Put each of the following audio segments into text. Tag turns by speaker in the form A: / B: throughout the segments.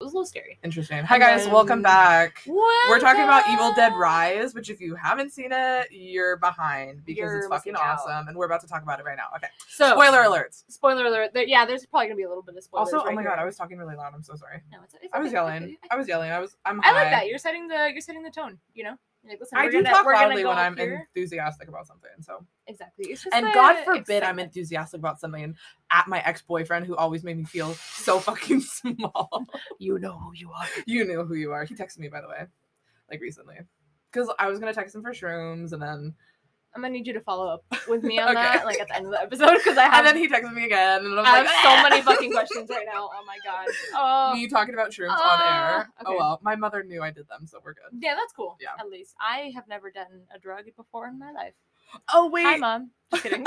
A: was a little scary.
B: Interesting. Hi
A: And
B: guys,
A: then-
B: welcome back. We're talking about Evil Dead
A: Welcome!
B: Rise, which if you haven't seen it, you're behind because it's
A: You're
B: fucking
A: missing out.
B: awesome, and we're about to talk about it right now. Okay,
A: So
B: spoiler alerts.
A: Spoiler alert. There, yeah, there's probably gonna be a little bit of spoilers.
B: Also, oh
A: right
B: my god,
A: here.
B: I was talking really loud. I'm so sorry.
A: No, it's, it's
B: I was
A: okay.
B: yelling.
A: I,
B: I was yelling. I was. I'm. High.
A: I like that. You're setting the you're setting the tone. You know, You're like listen.
B: I
A: we're
B: do
A: gonna,
B: talk
A: we're gonna
B: loudly
A: go
B: when
A: up
B: I'm
A: here.
B: enthusiastic about something. So,
A: exactly. It's just
B: and
A: the
B: God forbid I'm
A: excitement.
B: enthusiastic about something at my ex boyfriend who always made me feel so fucking small.
A: You know who you are.
B: you know who you are. He texted me by the way, like recently, because I was gonna text him for shrooms, and then
A: I'm gonna need you to follow up with me on
B: Okay.
A: that, like at the end of the episode, because I have
B: and then he texted me again, and I was
A: I
B: like,
A: have so many fucking questions right now. Oh my god. Oh
B: me talking about shrooms on
A: Ah,
B: air. Oh
A: okay.
B: well, my mother knew I did them, so we're good.
A: yeah, that's cool.
B: Yeah.
A: At least I have never done a drug before in my life.
B: Oh wait,
A: Hi, mom. Just kidding.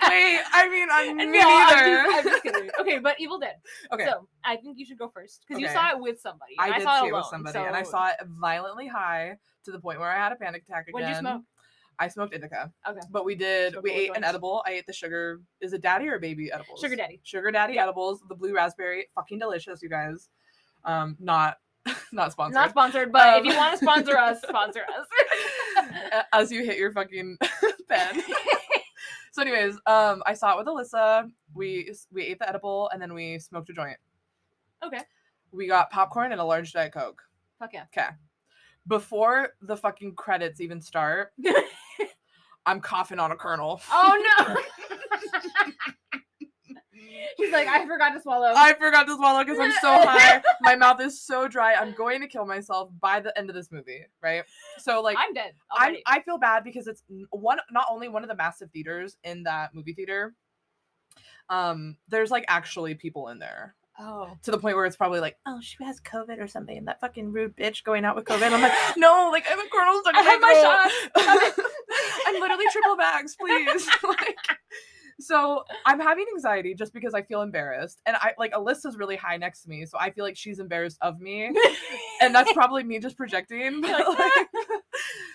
B: Oh. wait. I mean, I'm
A: No, I'm
B: me
A: just-
B: neither.
A: I'm just kidding. Okay, but Evil Dead.
B: Okay.
A: So I think you should go first because you
B: Okay.
A: saw it with somebody. and
B: I did
A: saw it
B: see it with
A: alone,
B: somebody, and I
A: so-
B: saw it violently high to the point where I had a panic attack again.
A: What'd you smoke?
B: I smoked indica.
A: Okay.
B: But we did.
A: Smoked
B: we
A: all
B: ate
A: the
B: an
A: joints.
B: edible. I ate the sugar. Is it daddy or baby edibles?
A: Sugar daddy.
B: Sugar daddy edibles. The blue raspberry. Fucking delicious, you guys. Um, not, not sponsored.
A: Not sponsored, but if
B: Um,
A: you want to sponsor us, sponsor us.
B: As you hit your fucking pen. so, anyways, um, I saw it with Alyssa. We we ate the edible and then we smoked a joint.
A: Okay.
B: We got popcorn and a large diet coke.
A: Fuck yeah.
B: Before the fucking credits even start, I'm coughing on a kernel.
A: Oh no. She's like, I forgot to swallow.
B: I forgot to swallow because I'm so high. My mouth is so dry. I'm going to kill myself by the end of this movie, right? So like
A: I'm dead.
B: I'm,
A: Already.
B: I feel bad because it's n- one not only one of the massive theaters in that movie theater. Um, there's like actually people in there
A: oh.
B: to the point where it's probably like, oh, she has COVID or something, and that fucking rude bitch going out with COVID. I'm like, no, like I'm a coronal stuck.
A: I had my
B: shot. I'm literally triple bags, please. like, so I'm having anxiety just because I feel embarrassed, and I like Alyssa's really high next to me, so I feel like she's embarrassed of me and that's probably me just projecting.
A: You're like,
B: but, like-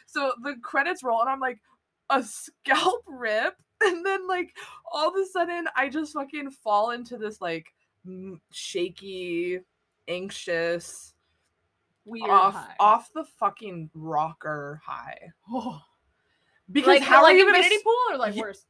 B: so the credits roll, and I'm like, a scalp rip, and then like all of a sudden, I just fucking fall into this like m- shaky, anxious,
A: Weird.
B: off
A: high.
B: off the fucking rocker high. Because
A: Like
B: how
A: like
B: are you gonna
A: infinity
B: s-
A: pool or like
B: Ye-
A: worse?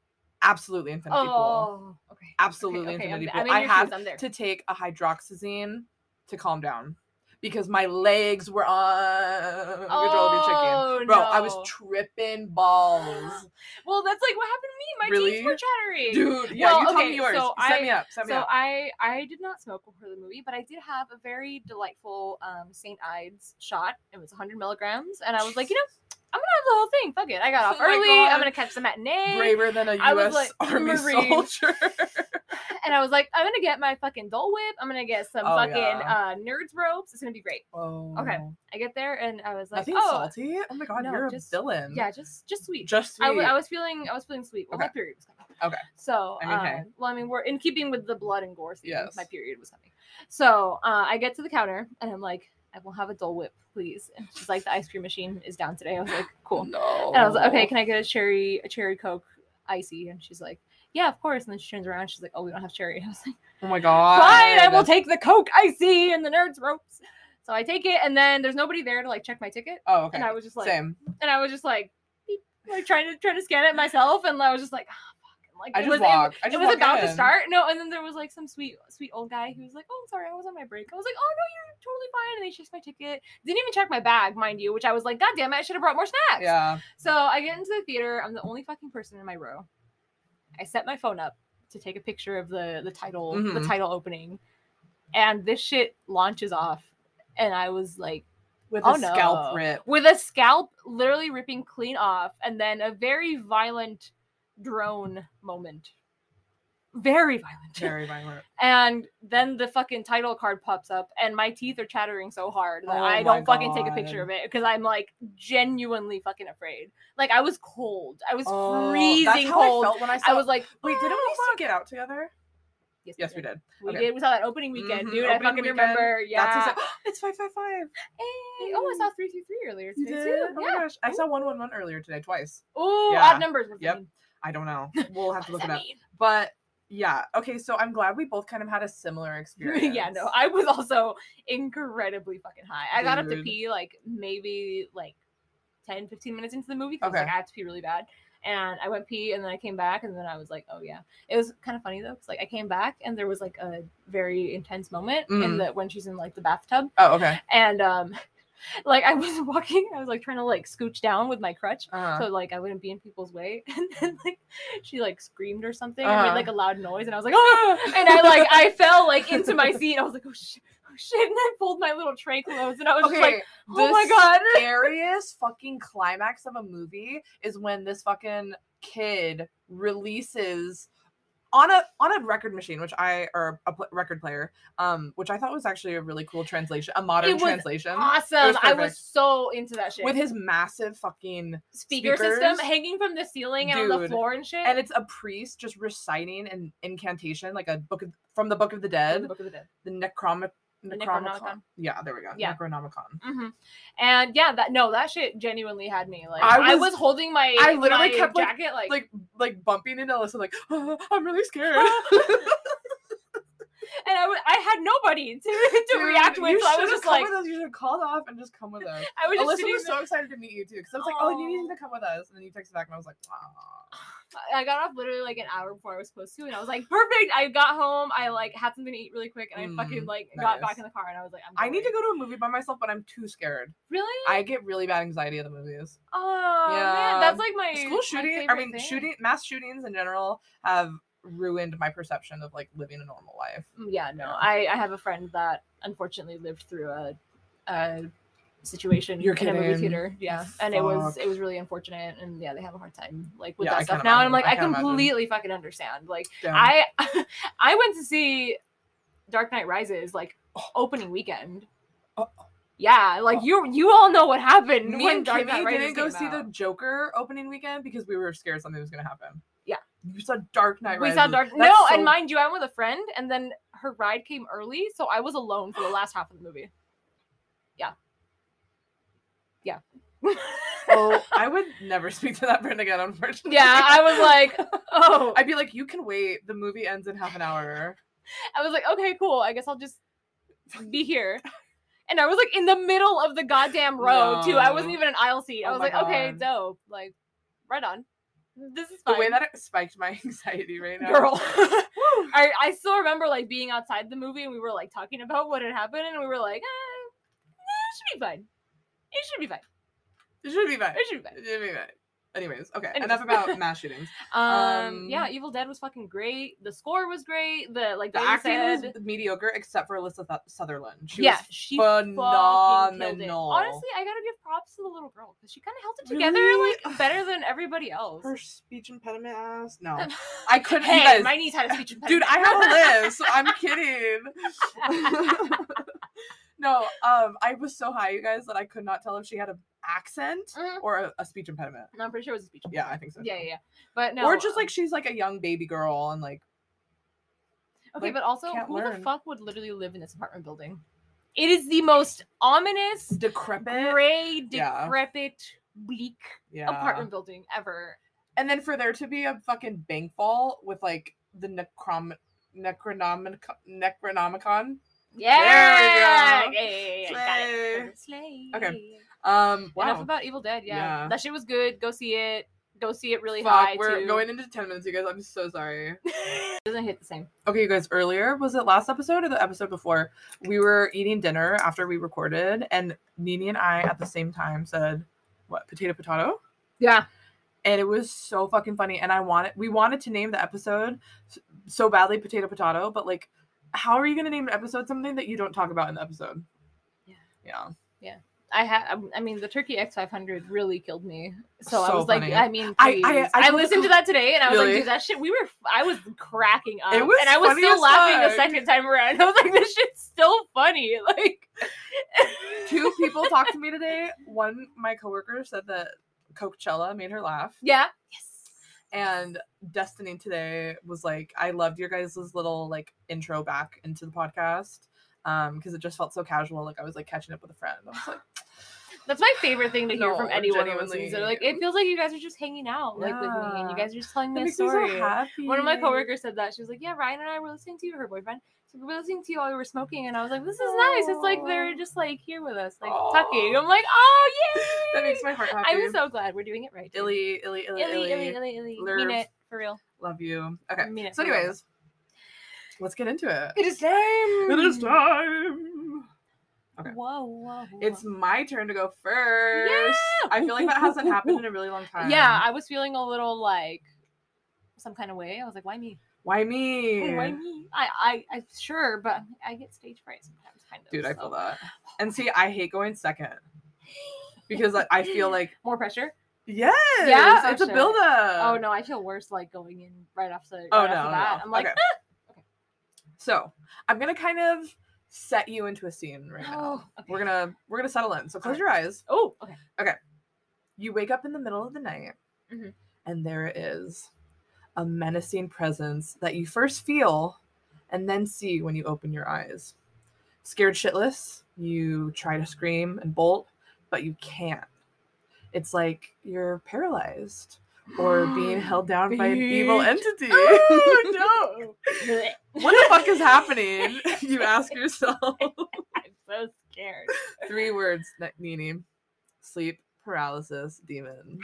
B: absolutely infinity pool?
A: Oh. Okay.
B: Absolutely
A: okay,
B: infinity
A: I'm, I'm
B: pool. I
A: in your
B: had
A: shoes, I'm there.
B: to take a hydroxyzine to calm down because my legs were on
A: Oh,
B: Bro, I was
A: no.
B: tripping balls.
A: well, that's like what happened to me. My teeth
B: Really?
A: were chattering.
B: Dude, yeah,
A: Well,
B: you tell
A: okay,
B: me yours.
A: so
B: set
A: I-
B: me up. Set me
A: so
B: up.
A: I I did not smoke before the movie, but I did have a very delightful um, St. Ides shot. It was 100 milligrams, and I was like, you know, I'm gonna have the whole thing. Fuck it, I got off
B: Oh my
A: early.
B: God.
A: I'm gonna catch the matinee,
B: Braver than a
A: I was
B: US
A: like,
B: Army
A: Marine.
B: soldier.
A: and I was like, I'm gonna get my fucking Dole Whip. I'm gonna get some
B: Oh,
A: fucking
B: yeah.
A: uh, Nerds ropes. It's gonna be great.
B: oh,
A: I get there, and I was like,
B: Nothing
A: oh
B: salty? Oh my god,
A: no,
B: you're
A: just-
B: a villain.
A: yeah, just just sweet.
B: Just sweet.
A: I, w- I was feeling I was feeling sweet. Well, my
B: Okay.
A: period was coming.
B: Okay.
A: So
B: I mean, hey.
A: um, well, I mean, we're in keeping with the blood and gore theme.
B: Yes.
A: My period was coming. So uh, I get to the counter and I'm like, I will have a Dole Whip, please. And she's like, the ice cream machine is down today. I was like, cool.
B: No.
A: And I was like, okay, can I get a cherry a cherry Coke icy? And she's like. Yeah, of course. And then she turns around. She's like, "Oh, we don't have cherry." And I was like,
B: Oh my god.
A: "Fine, I will take the Coke icy and the Nerds ropes." So I take it, and then there's nobody there to like check my ticket,
B: Oh, okay.
A: and I was just like,
B: Same.
A: and I was just like, beep, like trying to trying to scan it myself, and I was just like, ah, fuck. and, Like
B: I
A: it
B: just
A: was, it-
B: walk. I
A: It,
B: just
A: was
B: walk
A: about to
B: in.
A: start. No, and then there was like some sweet sweet old guy who was like, "Oh, I'm sorry, I was on my break." I was like, "Oh no, you're totally fine." And they checked my ticket. Didn't even check my bag, mind you, which I was like, "God damn it, I should have brought more snacks."
B: Yeah.
A: So I get into the theater. I'm the only fucking person in my row. I set my phone up to take a picture of the the title the
B: Mhm.
A: title opening, and this shit launches off, and I was like
B: With
A: Oh,
B: a scalp
A: no.
B: rip.
A: with a scalp literally ripping clean off, and then a very violent drone moment. Very violent.
B: Very violent.
A: And then the fucking title card pops up, and my teeth are chattering so hard that
B: Oh
A: I
B: my
A: don't fucking take a picture
B: God.
A: of it because I'm like genuinely fucking afraid. Like I was cold. I was
B: Oh,
A: freezing
B: that's how
A: cold.
B: I
A: I,
B: felt when I saw.
A: was like,
B: wait, didn't
A: "Oh,
B: we still get out together?
A: Yes,
B: Yes, we did.
A: We
B: Okay.
A: did. We saw that opening weekend,
B: Mhm,
A: dude. I
B: opening
A: fucking
B: weekend.
A: remember. Yeah.
B: That's exact- it's five five five.
A: Hey, oh, I saw three three three earlier
B: You
A: today
B: did?
A: too.
B: Oh my
A: yeah.
B: gosh, I saw one one one earlier today twice.
A: Oh,
B: Yeah.
A: odd numbers. What's that
B: Yep.
A: mean?
B: I don't know. We'll have
A: What does
B: to look it
A: that
B: up.
A: mean?
B: But Yeah. Okay. So I'm glad we both kind of had a similar experience.
A: yeah, no, I was also incredibly fucking high. I got up to
B: Dude.
A: pee like maybe like 10, 15 minutes into the movie because
B: Okay.
A: like, I had to pee really bad. And I went pee and then I came back and then I was like, oh yeah. It was kind of funny though because like I came back and there was like a very intense moment in
B: Mm.
A: the when she's in like the bathtub
B: Oh, okay.
A: and um like I was walking, I was like trying to like scooch down with my crutch
B: Uh,
A: so like I wouldn't be in people's way. And then like she like screamed or something and made
B: Mm. Uh-huh.
A: like a loud noise, and I was like, oh! and I like I fell like into my seat. I was like, oh shit, oh shit, and I pulled my little tray closed, and I was
B: okay.
A: just like, oh my god.
B: The scariest fucking climax of a movie is when this fucking kid releases on a on a record machine, which I or a pl- record player, um, which I thought was actually a really cool translation, a modern
A: was
B: translation
A: Awesome! I was
B: perfect.
A: so into that shit.
B: with his massive fucking
A: speaker system
B: speakers.
A: hanging from the ceiling and on the
B: Dude.
A: floor and shit.
B: and it's a priest just reciting an incantation like a book of, from the book of the
A: From the
B: dead,
A: Book of the Dead.
B: the Necrom
A: The
B: Necronomicon.
A: Necronomicon.
B: Yeah, there we go.
A: Yeah.
B: Necronomicon.
A: hmm And yeah, that no, that shit genuinely had me like. I
B: I
A: was,
B: was-
A: holding my
B: I literally
A: my
B: kept, like-
A: jacket like,
B: Like like bumping into Alyssa, like I'm really scared.
A: and I, w- I had nobody to, to
B: Dude,
A: react with,
B: you
A: so I
B: should've
A: was just
B: come
A: like,
B: with us. you should have called off and just come with us.
A: I was just
B: Alyssa
A: sitting
B: was
A: there-
B: so excited to meet you too, because I was like, oh, you
A: Aw.
B: need to come with us, and then you texted back, and I was like, wow.
A: I got off literally like an hour before I was supposed to, and I was like, perfect. I got home, I like had something to eat really quick, and I fucking
B: Mm,
A: like got back
B: nice.
A: in the car, and I was like, I'm
B: I need to
A: going.
B: go to a movie by myself, but I'm too scared.
A: Really?
B: I get really bad anxiety at the movies.
A: oh man,
B: Yeah.
A: that's like my
B: School shooting, I mean, shooting, mass shootings in general have ruined my perception of like living a normal life.
A: Mm, Yeah, no,
B: Yeah.
A: I I have a friend that unfortunately lived through a a situation
B: You're
A: in a movie
B: kidding.
A: theater. Yeah, and it was
B: Fuck.
A: it was really unfortunate, and yeah, they have a hard time like with
B: Yeah,
A: that
B: I
A: stuff
B: can't
A: now, and I'm like,
B: imagine.
A: I,
B: I can't imagine.
A: completely fucking understand. Like,
B: Damn.
A: I I went to see Dark Knight Rises like opening weekend.
B: Oh.
A: Yeah, like you you all know what happened.
B: N-
A: Me
B: when
A: and Dark Knight
B: Kimmy
A: Rises
B: didn't go
A: came
B: see the
A: out.
B: Joker opening weekend because we were scared something was gonna happen.
A: Yeah.
B: you saw Dark Knight.
A: we
B: Rises.
A: saw Dark.
B: That's
A: No, and
B: so-
A: mind you, I went with a friend, and then her ride came early, so I was alone for the last half of the movie. Yeah, yeah,
B: Oh, I would never speak to that friend again, unfortunately.
A: yeah. I was like, oh,
B: I'd be like, you can wait. The movie ends in half an hour.
A: I was like, okay, cool. I guess I'll just be here. And I was like in the middle of the goddamn row too. I wasn't
B: No.
A: even an aisle seat. I
B: Oh
A: was
B: my
A: like, okay,
B: God.
A: dope. Like, right on. This is
B: The
A: fine.
B: way that it spiked my anxiety right now.
A: girl. I, I still remember like being outside the movie and we were like talking about what had happened and we were like, eh, it should be fine. It should be fine.
B: It should be fine.
A: It should be fine.
B: It should be fine. Anyways, okay.
A: Anyways.
B: Enough about mass shootings.
A: Um, yeah,
B: Um,
A: Evil Dead was fucking great. The score was great. The like
B: The
A: Brandon
B: acting
A: said-
B: was mediocre except for Alyssa Thu- Sutherland. She
A: yeah,
B: was
A: she fucking killed it.
B: phenomenal.
A: Honestly, I gotta give props to the little girl because she kind of held it together
B: Really?
A: like better than everybody else.
B: her speech impediment ass. No, I couldn't. you
A: hey,
B: guys-
A: my niece had a speech
B: dude,
A: impediment.
B: I have a list. I'm kidding. no, um, I was so high, you guys, that I could not tell if she had an accent
A: Mhm.
B: or a, a speech impediment.
A: no, I'm pretty sure it was a speech.
B: Yeah, I think so.
A: Yeah, yeah, yeah. But no,
B: or
A: um,
B: just like she's like a young baby girl and like
A: um, Okay,
B: like,
A: but also,
B: can't
A: who the
B: learn.
A: fuck would literally live in this apartment building? It is the most ominous,
B: decrepit.
A: gray,
B: Yeah.
A: decrepit, bleak
B: yeah.
A: apartment building ever.
B: And then for there to be a fucking bank vault with like the necrom necronomicon necronomicon.
A: Yeah,
B: There you go.
A: yeah, yeah, yeah, yeah, got it. Slay.
B: Okay, Um wow.
A: Enough about Evil Dead. Yeah.
B: Yeah.
A: that shit was good. Go see it. Go see it really
B: Fuck,
A: high.
B: we're
A: too.
B: going into 10 minutes, you guys. I'm so sorry.
A: it doesn't hit the same.
B: Okay, you guys, earlier, was it last episode or the episode before? We were eating dinner after we recorded, and Nini and I at the same time said, What, potato, potato?
A: Yeah.
B: and it was so fucking funny. And I wanted we wanted to name the episode s- so badly, potato potato, but like, how are you gonna name an episode something that you don't talk about in the episode?
A: Yeah.
B: yeah.
A: I had. I mean, the Turkey X five hundred really killed me. So, I
B: So
A: was
B: funny.
A: like, I mean,
B: I- I-
A: please.
B: I
A: I
B: don't
A: listened to
B: recall-
A: that today, and I was like,
B: Really?
A: dude, that shit. We were. I was cracking up,
B: was
A: and I was
B: funny
A: still
B: as
A: laughing the
B: fuck.
A: second time around. I was like, this shit's still funny. Like,
B: Two people talked to me today. One, my coworker said that Coachella made her laugh,
A: yeah. Yes.
B: and Destiny today was like, "I loved your guys' little like intro back into the podcast." Um, because it just felt so casual, like I was like catching up with a friend. I was like,
A: That's my favorite thing to hear
B: No,
A: from anyone who listens.
B: genuinely.
A: They're like, it feels like you guys are just hanging out, like with me, and you
B: Yeah.
A: guys are just telling
B: That
A: me a
B: makes
A: story.
B: me so happy.
A: One of my coworkers said that she was like, "Yeah, Ryan and I were listening to you, her boyfriend. So we were listening to you while we were smoking, and I was like, this is nice. It's like they're
B: Aw.
A: just like here with us, like
B: Aw.
A: talking. I'm like, oh yay!
B: That makes my heart happy.
A: I'm so glad we're doing it right. dude.
B: Illy, illy, illy,
A: uh, illy,
B: illy.
A: illy, illy, illy. Mean
B: Lurf.
A: it for real.
B: Love you. Okay.
A: Mean it
B: So,
A: for real.
B: anyways, let's get into it.
A: It is time.
B: It is time. okay.
A: Whoa, whoa, whoa.
B: It's my turn to go first. I feel like that hasn't happened in a really long time.
A: yeah. I was feeling a little like some kind of way. I was like, why me?
B: Why me?
A: Why me? I, I, I sure, but I get stage fright sometimes, kind of.
B: Dude, I
A: so.
B: feel that. And see, I hate going second because like, I feel like
A: More pressure.
B: yes,
A: Yeah,
B: it's a
A: sure.
B: buildup.
A: Oh no, I feel worse like going in right off the. Right
B: Uh, Oh
A: off
B: no,
A: the bat.
B: no.
A: I'm like,
B: okay.
A: Okay.
B: So I'm gonna kind of set you into a scene right now.
A: Oh, okay.
B: We're gonna we're gonna settle in. So
A: Alright.
B: close your eyes.
A: oh, okay.
B: You wake up in the middle of the night,
A: Mhm.
B: and there it is, a menacing presence that you first feel, and then see when you open your eyes. Scared shitless, you try to scream and bolt, but you can't. It's like you're paralyzed or being held down by an evil
A: Bitch.
B: entity.
A: Oh,
B: no.
A: what
B: what the fuck is happening? You ask yourself.
A: I'm so scared.
B: Three words, N- Nini. Sleep, paralysis, demon.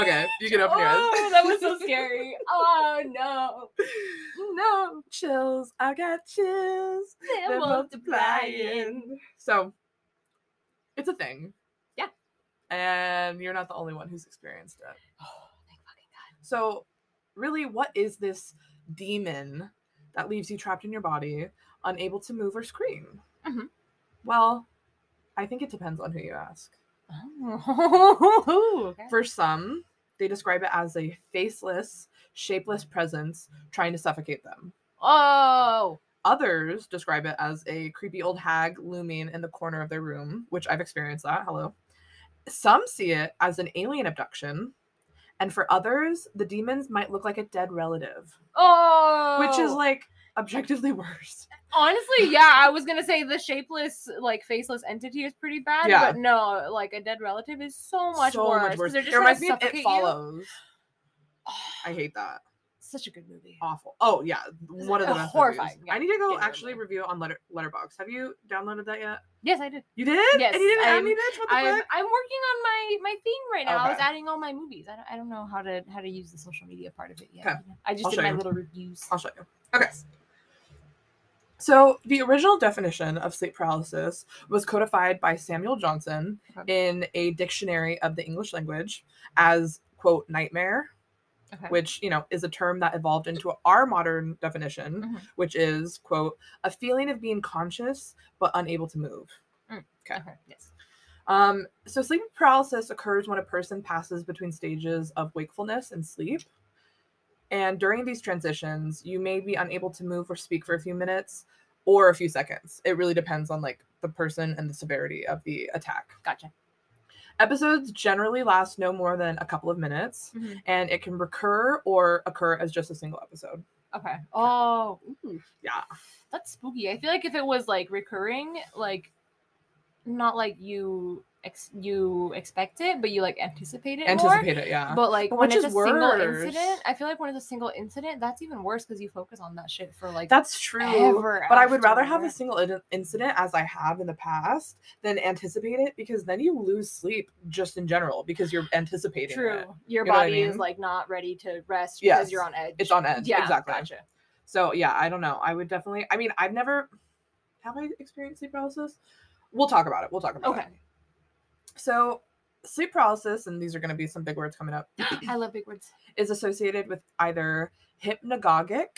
B: Okay, you can open your eyes.
A: Oh, that was so scary. Oh no,
B: No chills. I got chills.
A: they're,
B: They're
A: multiplying.
B: multiplying. So, it's a thing.
A: Yeah.
B: And you're not the only one who's experienced it.
A: Oh, thank fucking God.
B: So, really, what is this demon that leaves you trapped in your body, unable to move or scream?
A: Mhm.
B: Well, I think it depends on who you ask.
A: Oh, okay.
B: For some, they describe it as a faceless, shapeless presence trying to suffocate them.
A: oh,
B: Others describe it as a creepy old hag looming in the corner of their room, which I've experienced that. Hello. Some see it as an alien abduction. And for others, the demons might look like a dead relative,
A: oh,
B: which is like objectively worse.
A: honestly, yeah. I was gonna say the shapeless, like faceless entity is pretty bad,
B: Yeah.
A: but no, like a dead relative is so much worse. 'cause They're just
B: It reminds me
A: trying
B: of
A: to
B: It
A: suffocate you. Ah,
B: Follows. I hate that.
A: Such a good movie.
B: Awful. Oh, yeah. One of the best.
A: Horrifying,
B: movies.
A: yeah,
B: I need to go
A: genuinely.
B: actually review on Letter- Letterbox. Have you downloaded that yet?
A: Yes, I did.
B: You did?
A: Yes,
B: And you didn't add
A: I'm-
B: me, bitch? What the
A: I'm
B: fuck?
A: I'm working on my my theme right now. I was
B: Okay.
A: adding all my movies. I don't, I don't know how to how to use the social media part of it yet.
B: Okay.
A: I just
B: I'll
A: did
B: show
A: my
B: you.
A: little reviews.
B: I'll show you. Okay. So, the original definition of sleep paralysis was codified by Samuel Johnson in a dictionary of the English language as, quote, nightmare,
A: Okay.
B: which, you know, is a term that evolved into our modern definition,
A: Mhm.
B: which is, quote, a feeling of being conscious but unable to move. okay.
A: Okay, Yes.
B: Um, so, sleep paralysis occurs when a person passes between stages of wakefulness and sleep. And during these transitions, you may be unable to move or speak for a few minutes or a few seconds. It really depends on like the person and the severity of the attack.
A: Gotcha.
B: Episodes generally last no more than a couple of minutes,
A: Mhm.
B: and it can recur or occur as just a single episode.
A: Okay. Oh. ooh.
B: Yeah.
A: That's spooky. I feel like if it was like recurring, like not like you ex- you expect it, but you like anticipate it more.
B: Anticipate it, yeah.
A: But like
B: But
A: when
B: which
A: it's a
B: is
A: single
B: worse?
A: incident, I feel like when it's a single incident, that's even worse because you focus on that shit for like
B: That's true.
A: ever
B: But I would rather have
A: after.
B: a single in- incident as I have in the past than anticipate it because then you lose sleep just in general because you're anticipating
A: True.
B: it.
A: Your
B: You know what I
A: body is
B: mean?
A: like not ready to rest because
B: Yes.
A: you're on edge.
B: It's on edge.
A: Yeah,
B: exactly.
A: Gotcha.
B: So yeah, I don't know. I would definitely. I mean, I've never have I experienced sleep paralysis. We'll talk about it. We'll talk about
A: Okay.
B: it. So sleep paralysis, and these are going to be some big words coming up,
A: I love big words.
B: is associated with either hypnagogic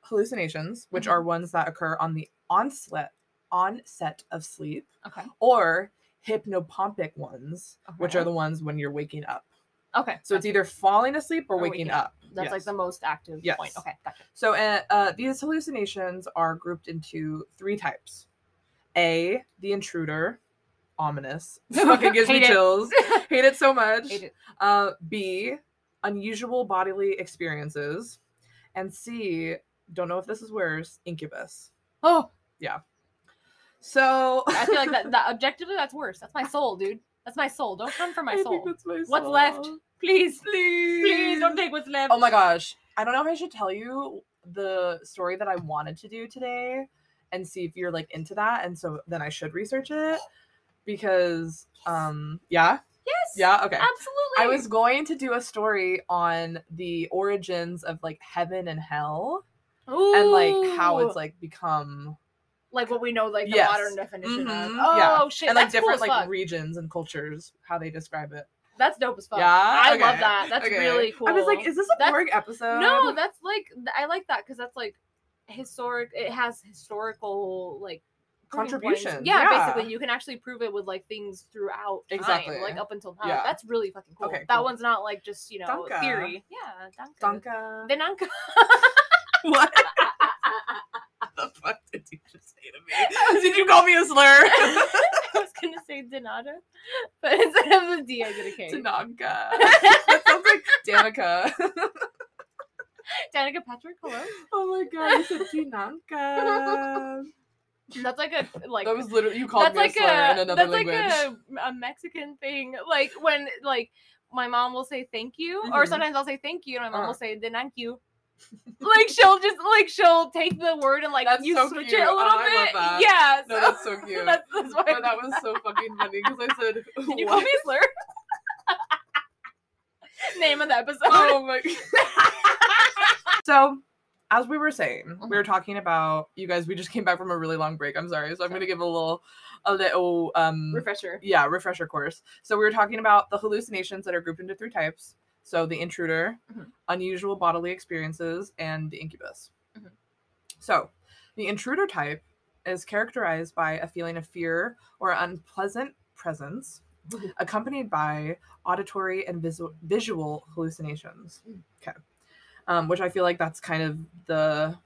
B: hallucinations, which
A: Mhm.
B: are ones that occur on the onset onset of sleep,
A: Okay.
B: or hypnopompic ones, which are
A: Okay.
B: the ones when you're waking up.
A: Okay.
B: So it's either falling asleep or,
A: Or
B: waking,
A: waking up.
B: up.
A: That's like
B: Yes.
A: the most active
B: Yes.
A: point. Okay. Gotcha.
B: So uh, uh, these hallucinations are grouped into three types: A, the intruder, ominous, fucking gives
A: Hate
B: me
A: it.
B: chills, hate it so much.
A: Hate it.
B: Uh, B, unusual bodily experiences, and C, don't know if this is worse, incubus.
A: Oh.
B: So
A: I feel like that, that objectively that's worse. That's my soul, dude. That's my soul. Don't come for
B: I
A: my
B: think
A: soul.
B: that's my
A: What's left?
B: soul.
A: Please,
B: Please,
A: please don't take what's left.
B: Oh my gosh. I don't know if I should tell you the story that I wanted to do today and see if you're like into that. And so then I should research it because, um, yeah,
A: Yes.
B: yeah, okay.
A: Absolutely.
B: I was going to do a story on the origins of like heaven and hell and like how it's
A: Ooh.
B: like become
A: like what we know like the
B: Yes.
A: modern definition of.
B: Mhm,
A: Oh
B: yeah.
A: shit.
B: and like
A: that's cool
B: different
A: as
B: like
A: fuck.
B: regions and cultures how they describe it.
A: that's dope as fuck.
B: Yeah,
A: I love
B: Okay.
A: that. That's
B: Okay.
A: really cool.
B: I was like, is this a
A: That's-
B: boring episode?
A: no, that's like th- I like that because that's like historic. It has historical like proving points.
B: Contributions,
A: Yeah,
B: yeah.
A: basically, you can actually prove it with like things throughout time,
B: Exactly.
A: like up until now.
B: Yeah.
A: That's really fucking cool.
B: Okay,
A: that
B: cool.
A: one's not like just you know
B: Danke.
A: theory. Yeah, danke.
B: Danka.
A: Then Danke.
B: What the fuck did you just say to me? Did you call me a slur?
A: I was gonna say Donata, but instead of the D, I did a K.
B: Tanaka. that sounds like Danica.
A: Danica Patrick, hello.
B: oh my god, you said Tanaka.
A: That's like a like
B: that was literally you called
A: that's
B: me
A: like
B: a slur in
A: a
B: another
A: that's
B: language.
A: like a, a Mexican thing. Like when like my mom will say thank you, or
B: Mhm.
A: sometimes I'll say thank you, and my mom
B: Uh.
A: will say thank you. like she'll just like she'll take the word and like
B: That's
A: you
B: so
A: switch
B: cute.
A: it a
B: Oh,
A: little
B: I love
A: bit.
B: that.
A: Yeah,
B: no,
A: so
B: that's so cute.
A: that's, that's why.
B: No, that was so fucking funny because I said,
A: Did you call
B: what?
A: me a slur? Name of the episode.
B: Oh my. so, as we were saying, we were talking about you guys. We just came back from a really long break. I'm sorry, so I'm gonna give a little, a little um
A: Refresher.
B: yeah refresher course so we were talking about the hallucinations that are grouped into three types so the intruder
A: Mhm.
B: unusual bodily experiences and the incubus
A: Mhm.
B: so the intruder type is characterized by a feeling of fear or unpleasant presence
A: Mhm.
B: accompanied by auditory and visu- visual hallucinations
A: Mm.
B: okay um, which i feel like that's kind of the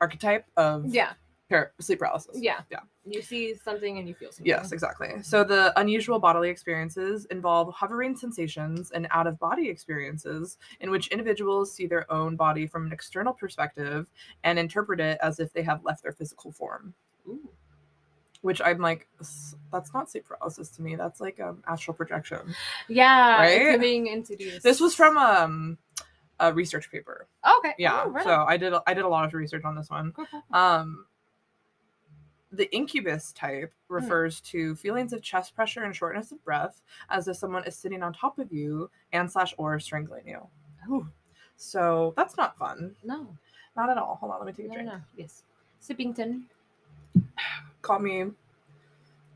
B: archetype of
A: Yeah,
B: par- sleep paralysis
A: yeah,
B: Yeah.
A: You see something and you feel something.
B: Yes, exactly. So the unusual bodily experiences involve hovering sensations and out of body experiences in which individuals see their own body from an external perspective and interpret it as if they have left their physical form.
A: Ooh.
B: Which I'm like, "S- that's not sleep paralysis to me. That's like um, astral projection.
A: Yeah, it's
B: Right?
A: being introduced.
B: This was from um, a research paper.
A: okay.
B: Yeah.
A: Oh, right.
B: So I did I did a lot of research on this one.
A: Cool, cool, cool.
B: Um, the incubus type
A: Hmm.
B: refers to feelings of chest pressure and shortness of breath, as if someone is sitting on top of you and slash or strangling you. So that's not fun,
A: No,
B: not at all. Hold on, let me take a
A: no, no,
B: drink.
A: no. Yes, Sippington.
B: Call me.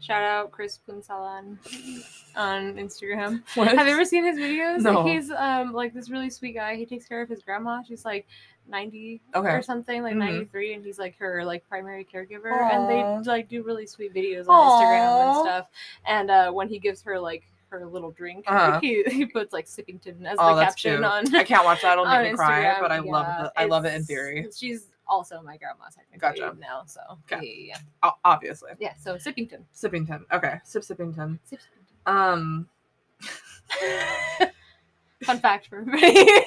A: Shout out Chris Punsalan on Instagram.
B: What?
A: Have you ever seen his videos?
B: No.
A: Like he's um like this really sweet guy. He takes care of his grandma. She's like ninety
B: Okay.
A: or something, like
B: Mhm.
A: three, and he's like her like primary caregiver. And
B: Aw.
A: they like do really sweet videos on Instagram
B: Aw.
A: and stuff. And uh when he gives her like her little drink,
B: Uh-huh.
A: he, he puts like Sippington as
B: Oh,
A: the
B: that's
A: caption
B: cute.
A: on.
B: I can't watch that. It'll
A: on
B: make me cry,
A: Instagram,
B: but I love
A: yeah.
B: the, I love it in
A: It's-
B: theory,
A: She's also my grandma technically
B: Gotcha.
A: now, so yeah,
B: Okay.
A: yeah, yeah.
B: O- obviously.
A: Yeah, so Sippington.
B: Sippington. Okay, sip Sippington.
A: Sip, Sippington.
B: Um,
A: Fun fact for everybody.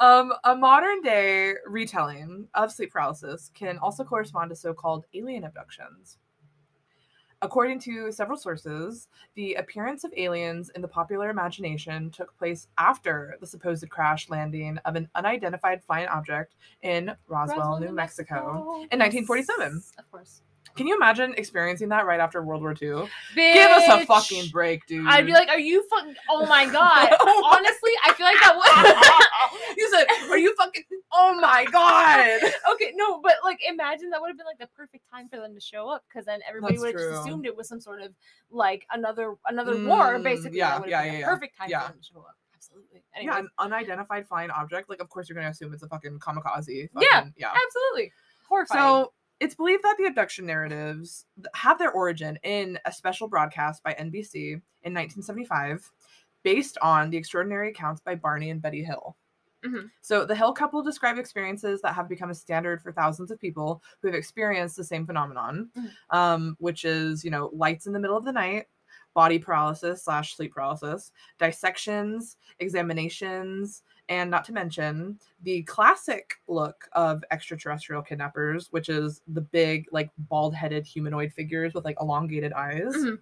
B: Um, a modern day retelling of sleep paralysis can also correspond to so called alien abductions. According to several sources, the appearance of aliens in the popular imagination took place after the supposed crash landing of an unidentified flying object in Roswell, New, Mexico. in 1947.
A: Of course.
B: Can you imagine experiencing that right after World War II? Give us a
A: Bitch.
B: fucking break, dude.
A: I'd be like, are you fucking? Oh my god!
B: Oh my-
A: Honestly, I feel like that
B: you said, are you fucking? Oh my god!
A: was okay. No, but like, imagine that would have been like the perfect time for them to show up because then everybody
B: That's
A: would have
B: true.
A: just assumed it was some sort of like another another war,
B: Mm,
A: basically.
B: yeah,
A: that would have
B: yeah,
A: been
B: yeah,
A: the
B: yeah.
A: Perfect time
B: Yeah.
A: for them to show up. Absolutely.
B: Yeah,
A: Anyways,
B: an unidentified flying object. Like, of course, you're going to assume it's a fucking kamikaze.
A: Yeah.
B: fucking- yeah.
A: absolutely horrifying.
B: So it's believed that the abduction narratives th- have their origin in a special broadcast by NBC in 1975, based on the extraordinary accounts by Barney and Betty Hill.
A: Mhm.
B: So the Hill couple describe experiences that have become a standard for thousands of people who have experienced the same phenomenon,
A: Mhm.
B: um, which is you know lights in the middle of the night. Body paralysis slash sleep paralysis, dissections, examinations, and not to mention the classic look of extraterrestrial kidnappers, which is the big, like bald headed humanoid figures with like elongated eyes.
A: Mhm.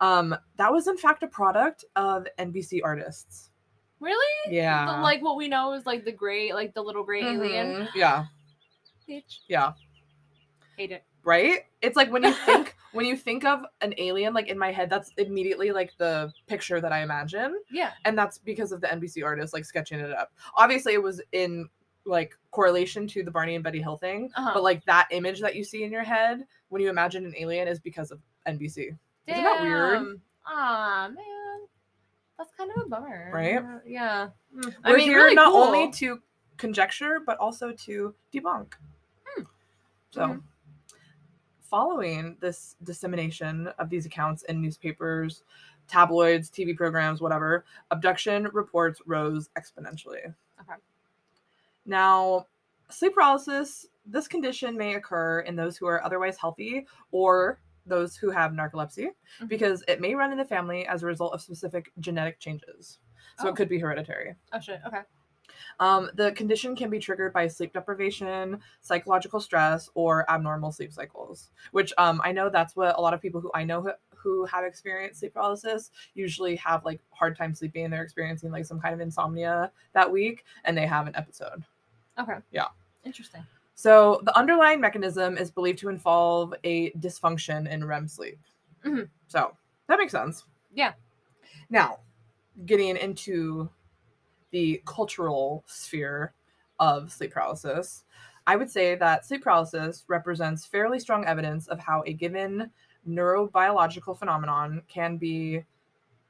B: Um, that was in fact a product of NBC artists.
A: Really?
B: Yeah.
A: The- like what we know is like the gray, like the little gray alien.
B: Mhm. Yeah.
A: Bitch.
B: Mm-hmm. Yeah.
A: Hate it.
B: Right? It's like when you think when you think of an alien, like in my head, that's immediately like the picture that I imagine.
A: Yeah.
B: and that's because of the NBC artist like sketching it up. Obviously, it was in like correlation to the Barney and Betty Hill thing,
A: Uh-huh.
B: but like that image that you see in your head when you imagine an alien is because of NBC. isn't that weird?
A: Damn. Aw, man. That's kind of a bummer.
B: Right?
A: Yeah. Mm.
B: We're here
A: really
B: not
A: cool.
B: only to conjecture but also to debunk.
A: Hmm.
B: So.
A: Mhm.
B: Following this dissemination of these accounts in newspapers, tabloids, TV programs, whatever, abduction reports rose exponentially. Now, sleep paralysis, this condition may occur in those who are otherwise healthy or those who have narcolepsy
A: Mhm.
B: because it may run in the family as a result of specific genetic changes. So
A: Oh.
B: it could be hereditary.
A: Oh, shit. Okay.
B: Um, the condition can be triggered by sleep deprivation, psychological stress, or abnormal sleep cycles. Which um, I know that's what a lot of people who I know who, who have experienced sleep paralysis usually have like hard time sleeping. and They're experiencing like some kind of insomnia that week, and they have an episode.
A: Okay.
B: Yeah.
A: Interesting.
B: So the underlying mechanism is believed to involve a dysfunction in REM sleep.
A: Mhm.
B: So that makes sense.
A: Yeah.
B: Now, getting into the cultural sphere of sleep paralysis, I would say that sleep paralysis represents fairly strong evidence of how a given neurobiological phenomenon can be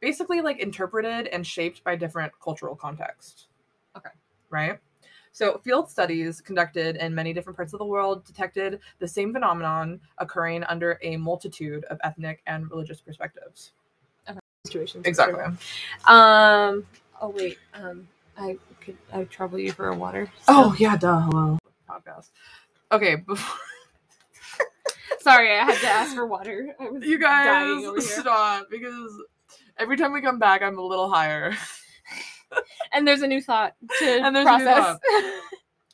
B: basically like interpreted and shaped by different cultural context.
A: Okay.
B: Right? So, field studies conducted in many different parts of the world detected the same phenomenon occurring under a multitude of ethnic and religious perspectives.
A: Situations.
B: Exactly.
A: Um. Oh wait. Um. I could. I would trouble you for a water.
B: Oh, yeah, duh. Hello. Podcast. Okay, before
A: Sorry, I had to ask for water. I was
B: you
A: dying over
B: guys
A: here.
B: stop because every time we come back, I'm a little higher
A: And there's a new thought to
B: And there's a new
A: process.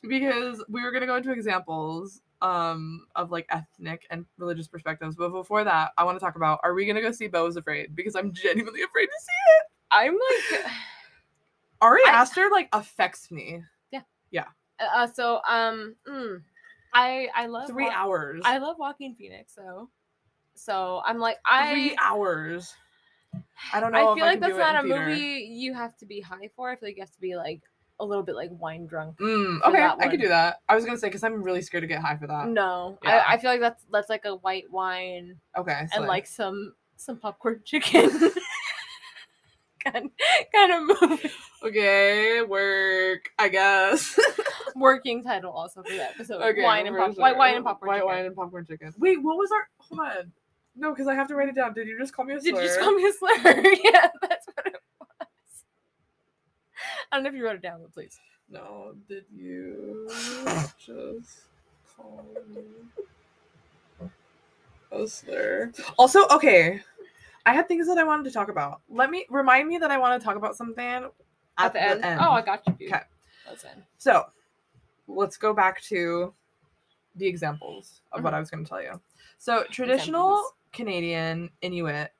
B: because we were going to go into examples um of like ethnic and religious perspectives but before that i want to talk about are we going to go see bo is afraid because i'm genuinely afraid to see it
A: I'm like. uh,
B: Ari
A: I-
B: Aster like affects me.
A: Uh. So um. mm, I I love
B: Three
A: wa-
B: hours.
A: I love Walking Phoenix. So. So I'm like I.
B: Three hours. I don't know.
A: I
B: if
A: feel like
B: can
A: that's
B: do it in
A: not a
B: theater.
A: movie you have to be high for. I feel like you have to be like a little bit like wine drunk.
B: Mm,
A: for
B: okay,
A: that
B: I could
A: one.
B: do that. I was gonna say because I'm really scared to get high for that.
A: No,
B: Uh, yeah.
A: I, I feel like that's that's like a white wine
B: Okay.
A: and like some some popcorn chicken kind, kind of movie.
B: okay, work. I guess.
A: working title also for that episode.
B: okay.
A: wine and
B: for
A: pop, white
B: sure.
A: wine and popcorn.
B: White
A: chicken.
B: wine and popcorn chicken. Wait, what was our? Hold on. No, because I have to write it down. Did you just call me a
A: Did you just
B: slur?
A: call me a slur? yeah, that's what it was. I don't know if you wrote it down, but please.
B: No, did you just call me a slur? Also, okay, I had things that I wanted to talk about. Let me remind me that I want to talk about something at,
A: At, the, end. Oh, I got you.
B: Okay.
A: Listen.
B: So, let's go back to the examples of what I was going to tell you. So, traditional
A: Mm-hmm. Examples.
B: Canadian Inuit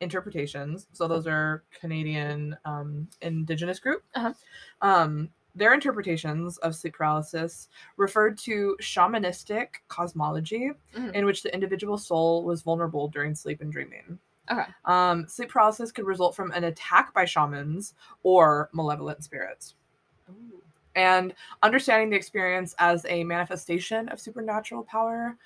B: interpretations, so those are Canadian um, Indigenous group,
A: Uh-huh.
B: um, their interpretations of sleep paralysis referred to shamanistic cosmology,
A: Mhm.
B: in which the individual soul was vulnerable during sleep and dreaming.
A: Okay.
B: Um, sleep paralysis could result from an attack by shamans or malevolent spirits
A: Ooh.
B: and understanding the experience as a manifestation of supernatural power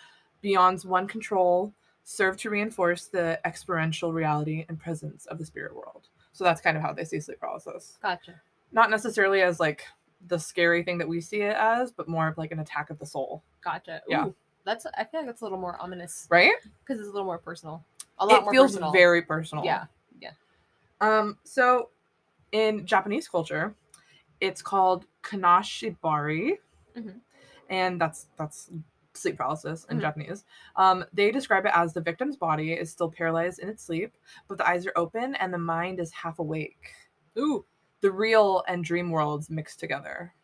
B: beyond one control served to reinforce the experiential reality and presence of the spirit world. So that's kind of how they see sleep paralysis.
A: Gotcha.
B: Not necessarily as like the scary thing that we see it as, but more of like an attack of the soul,
A: Gotcha.
B: Yeah.
A: Ooh, that's I feel like that's a little more ominous
B: right?
A: because it's a little more personal. A lot
B: it
A: more
B: feels
A: personal.
B: very personal.
A: Yeah.
B: Um so in Japanese culture, it's called kanashibari.
A: Mhm.
B: And that's that's sleep paralysis in
A: Mhm.
B: Japanese. Um, they describe it as the victim's body is still paralyzed in its sleep, but the eyes are open and the mind is half awake.
A: Ooh.
B: the real and dream worlds mixed together.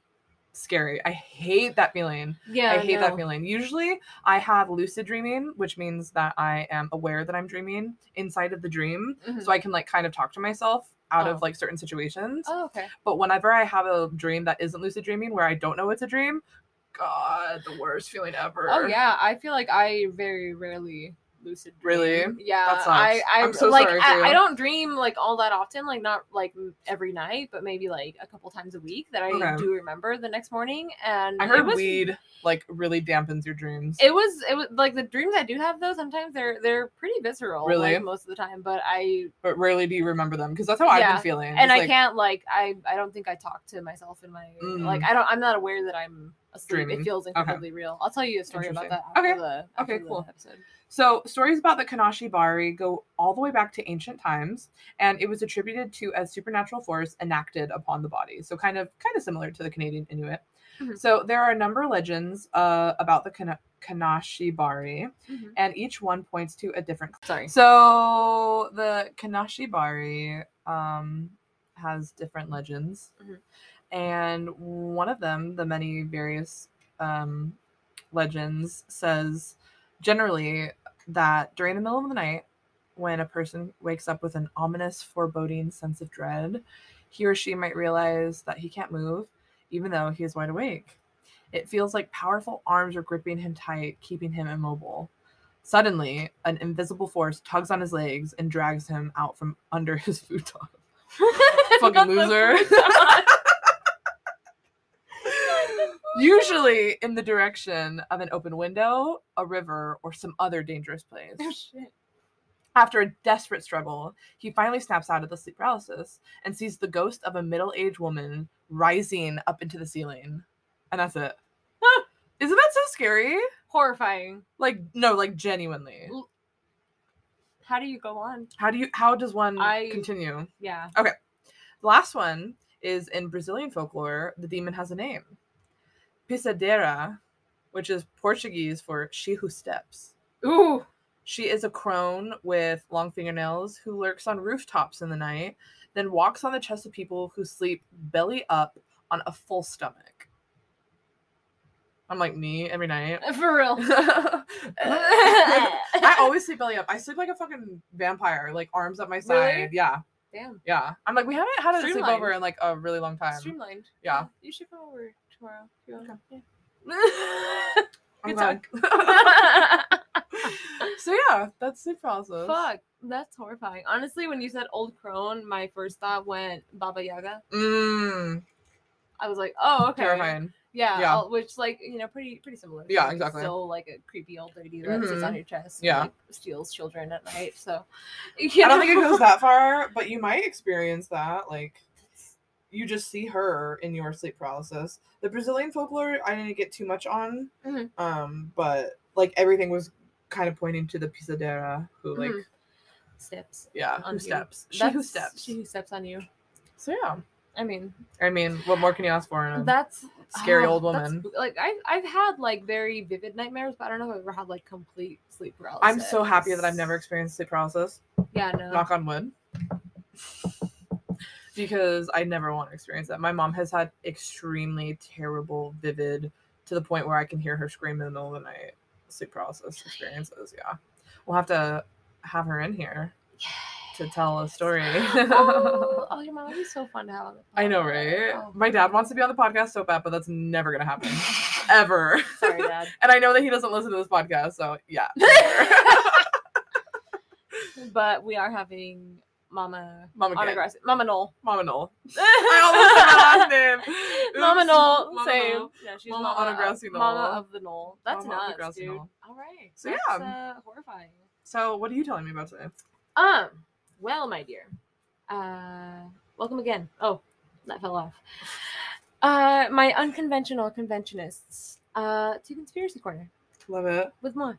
B: Scary. I hate that feeling.
A: Yeah.
B: I hate that
A: no.
B: feeling. Usually I have lucid dreaming, which means that I am aware that I'm dreaming inside of the dream.
A: Mhm.
B: So I can like kind of talk to myself out
A: Oh.
B: of like certain situations.
A: Oh, okay.
B: But whenever I have a dream that isn't lucid dreaming where I don't know it's a dream, God, the worst feeling ever.
A: Oh yeah, I feel like I very rarely lucid dream.
B: Really?
A: Yeah.
B: That sucks.
A: I, I
B: I'm so
A: like
B: sorry for
A: I,
B: you.
A: I don't dream like all that often, like not like m- every night, but maybe like a couple times a week that I
B: Okay.
A: do remember the next morning. And
B: I heard
A: it was,
B: weed like really dampens your dreams.
A: It was it was like the dreams I do have though. Sometimes they're they're pretty visceral,
B: Really?
A: like, most of the time. But I
B: but rarely do you remember them because that's how I've
A: Yeah.
B: been feeling.
A: and
B: It's
A: I
B: like,
A: can't like I I don't think I talk to myself in my
B: Mm.
A: like I don't I'm not aware that I'm asleep. It
B: Dreaming.
A: feels incredibly real. I'll tell you a story about that
B: Interesting.
A: after
B: Okay.
A: the after
B: Okay,
A: the
B: cool.
A: episode.
B: So stories about the Kanashi Bari go all the way back to ancient times, and it was attributed to a supernatural force enacted upon the body. So kind of kind of similar to the Canadian Inuit.
A: Mhm.
B: So there are a number of legends uh, about the Kana- Kanashi Bari,
A: Mhm.
B: and each one points to a different
A: Sorry.
B: So the Kanashibari um, has different legends,
A: Mhm.
B: and one of them, the many various um, legends, says generally that during the middle of the night, when a person wakes up with an ominous, foreboding sense of dread, he or she might realize that he can't move, even though he is wide awake. It feels like powerful arms are gripping him tight, keeping him immobile. Suddenly, an invisible force tugs on his legs and drags him out from under his futon.
A: Not
B: Fucking
A: the
B: loser.
A: futon.
B: Usually in the direction of an open window, a river, or some other dangerous
A: Oh,
B: place. After a desperate struggle, he finally snaps out of the sleep paralysis and sees the ghost of a middle aged woman rising up into the ceiling. And that's it. Isn't that so scary?
A: Horrifying.
B: Like, no, like genuinely.
A: L- How do you go on?
B: How do you, how does one
A: I-
B: continue?
A: Yeah.
B: The last one is in Brazilian folklore, the demon has a name. Pisadeira, which is Portuguese for she who steps.
A: Ooh.
B: She is a crone with long fingernails who lurks on rooftops in the night, then walks on the chests of people who sleep belly up on a full stomach. I'm like me every night.
A: For real.
B: Um, I always sleep belly up. I sleep like a fucking vampire, like arms up my side.
A: Really?
B: Yeah,
A: Damn.
B: yeah. I'm like, we haven't had a
A: Streamlined.
B: sleepover in like a really long time.
A: Streamlined.
B: Yeah.
A: You should come over tomorrow. if you want.
B: I'm
A: Good
B: glad.
A: Yeah.
B: so yeah, that's sleep paralysis.
A: Fuck. That's horrifying. Honestly, when you said old crone, my first thought went Baba Yaga.
B: Mm,
A: I was like, oh, okay.
B: Terrifying.
A: Yeah,
B: Yeah.
A: all- which like you know, pretty pretty similar.
B: Yeah,
A: Like,
B: exactly.
A: Still like a creepy old lady that sits on
B: Mhm.
A: your chest.
B: Yeah.
A: and, like, steals children at night. So, you
B: I don't think it
A: know?
B: goes that far, but you might experience that. Like, you just see her in your sleep paralysis. The Brazilian folklore, I didn't get too much on,
A: Mhm.
B: um, but like everything was kind of pointing to the pisadera, who like,
A: Mhm. steps.
B: yeah,
A: On
B: who
A: you.
B: steps. She who
A: That's-
B: steps.
A: She who steps on you.
B: So yeah,
A: I mean,
B: I mean, what more can you ask for? In a
A: that's
B: scary
A: ah,
B: old
A: that's
B: woman.
A: spoo- like I've I've had like very vivid nightmares, but I don't know if I've ever had like complete sleep paralysis.
B: I'm so happy that I've never experienced sleep paralysis.
A: Yeah, no.
B: knock on wood because i never want to experience that my mom has had extremely terrible vivid to the point where i can hear her scream in the middle of the night sleep paralysis experiences yeah we'll have to have her in here to tell a story
A: oh, oh, your mom would be so fun to have. On the
B: i know
A: pod.
B: right
A: Oh.
B: my dad wants to be on the podcast so bad but that's never gonna happen ever
A: Sorry, Dad.
B: and i know that he doesn't listen to this podcast so yeah
A: but we are having Mama
B: Mama
A: on a
B: Kid.
A: grass. Mama Knoll.
B: mama Noel. i almost said my last name
A: Mama
B: Oops.
A: Knoll,
B: Mama
A: same.
B: Knoll.
A: Yeah, she's
B: Mama
A: Mama,
B: Onagrassi
A: of, Mama
B: Knoll.
A: of the Knoll. That's
B: Mama
A: nuts,
B: Onagrassi
A: dude.
B: Knoll.
A: All right.
B: So,
A: That's,
B: yeah.
A: uh, horrifying.
B: So, what are you telling me about today?
A: Um. Well, my dear. Uh, welcome again. Oh, that fell off. Uh, my unconventional conventionists. Uh, to conspiracy corner.
B: Love it.
A: with more.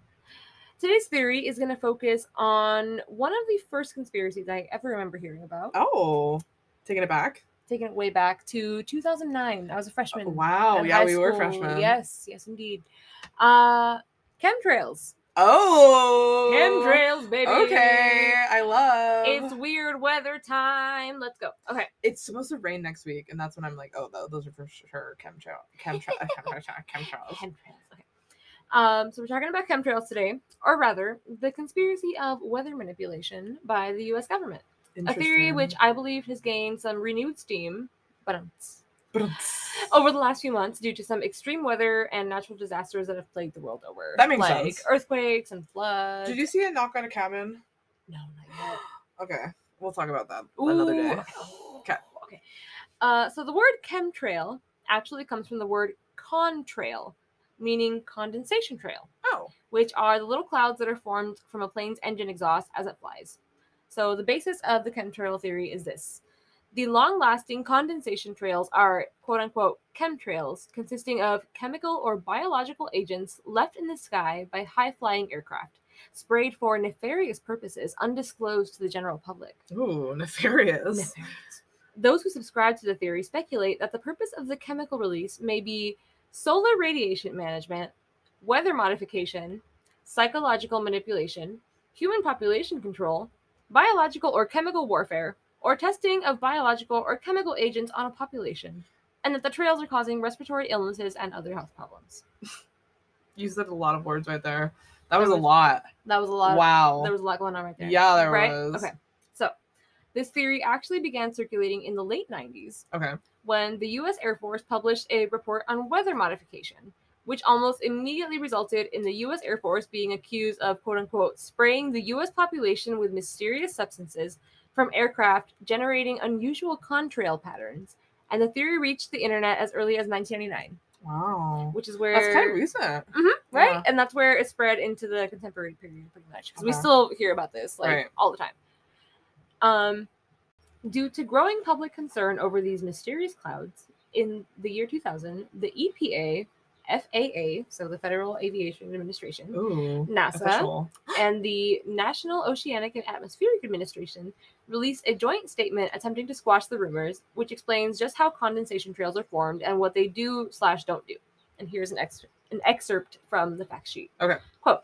A: Today's theory is going to focus on one of the first conspiracies I ever remember hearing about,
B: Oh, taking it back.
A: taking it way back to 2009. I was a freshman.
B: Oh, Wow.
A: in
B: Yeah,
A: high
B: we were
A: school.
B: freshmen.
A: Yes, yes, indeed. Uh, chemtrails
B: Oh.
A: Chemtrails, baby.
B: Okay, I love.
A: It's weird weather time. Let's go. Okay.
B: it's supposed to rain next week, and that's when I'm like, oh, tho- those are for sure chemtrail, chemtrail, chemtrail, chemtrails.
A: Oh. Chemtrails. Okay. Um, so we're talking about chemtrails today, or rather, the conspiracy of weather manipulation by the U.S. government. A theory which I believe has gained some renewed steam, but um,
B: Interesting.
A: over the last few months due to some extreme weather and natural disasters that have plagued the world over.
B: That makes
A: like
B: sense.
A: earthquakes and floods.
B: Did you see a knock on a cabin?
A: No, not
B: Okay, we'll talk about that
A: yet.
B: another
A: Ooh,
B: day.
A: Okay. Okay. Uh, so the word chemtrail actually comes from the word contrail, meaning condensation trail.
B: Oh,
A: which are the little clouds that are formed from a plane's engine exhaust as it flies. So, the basis of the chemtrail theory is this the long lasting condensation trails are quote unquote chemtrails, consisting of chemical or biological agents left in the sky by high flying aircraft, sprayed for nefarious purposes undisclosed to the general public.
B: ooh, nefarious.
A: Nefarious. Those who subscribe to the theory speculate that the purpose of the chemical release may be solar radiation management, weather modification, psychological manipulation, human population control, biological or chemical warfare, or testing of biological or chemical agents on a population, and that the trails are causing respiratory illnesses and other health problems.
B: You said a lot of words right there. That was a
A: There was
B: lot.
A: That was a lot.
B: Wow.
A: There was a lot going on right there.
B: Yeah, there
A: right?
B: was.
A: Okay. So, this theory actually began circulating in the late 90s
B: Okay.
A: when the US Air Force published a report on weather modification, which almost immediately resulted in the US Air Force being accused of quote unquote spraying the US population with mysterious substances from aircraft, generating unusual contrail patterns. And the theory reached the internet as early as 1999,
B: Wow.
A: which is where.
B: That's kind of recent.
A: Right?
B: Yeah.
A: And that's where it spread into the contemporary period pretty much. Because we
B: Okay.
A: still hear about this like
B: Right.
A: all the time. Um due to growing public concern over these mysterious clouds, in the year 2000, the E EPA, FAA, so the Federal Aviation Administration,
B: Ooh.
A: NASA,
B: Official.
A: and the National Oceanic and Atmospheric Administration released a joint statement attempting to squash the rumors, which explains just how condensation trails are formed and what they do slash don't do. And here's an ex- an excerpt from the fact sheet.
B: Okay.
A: Quote.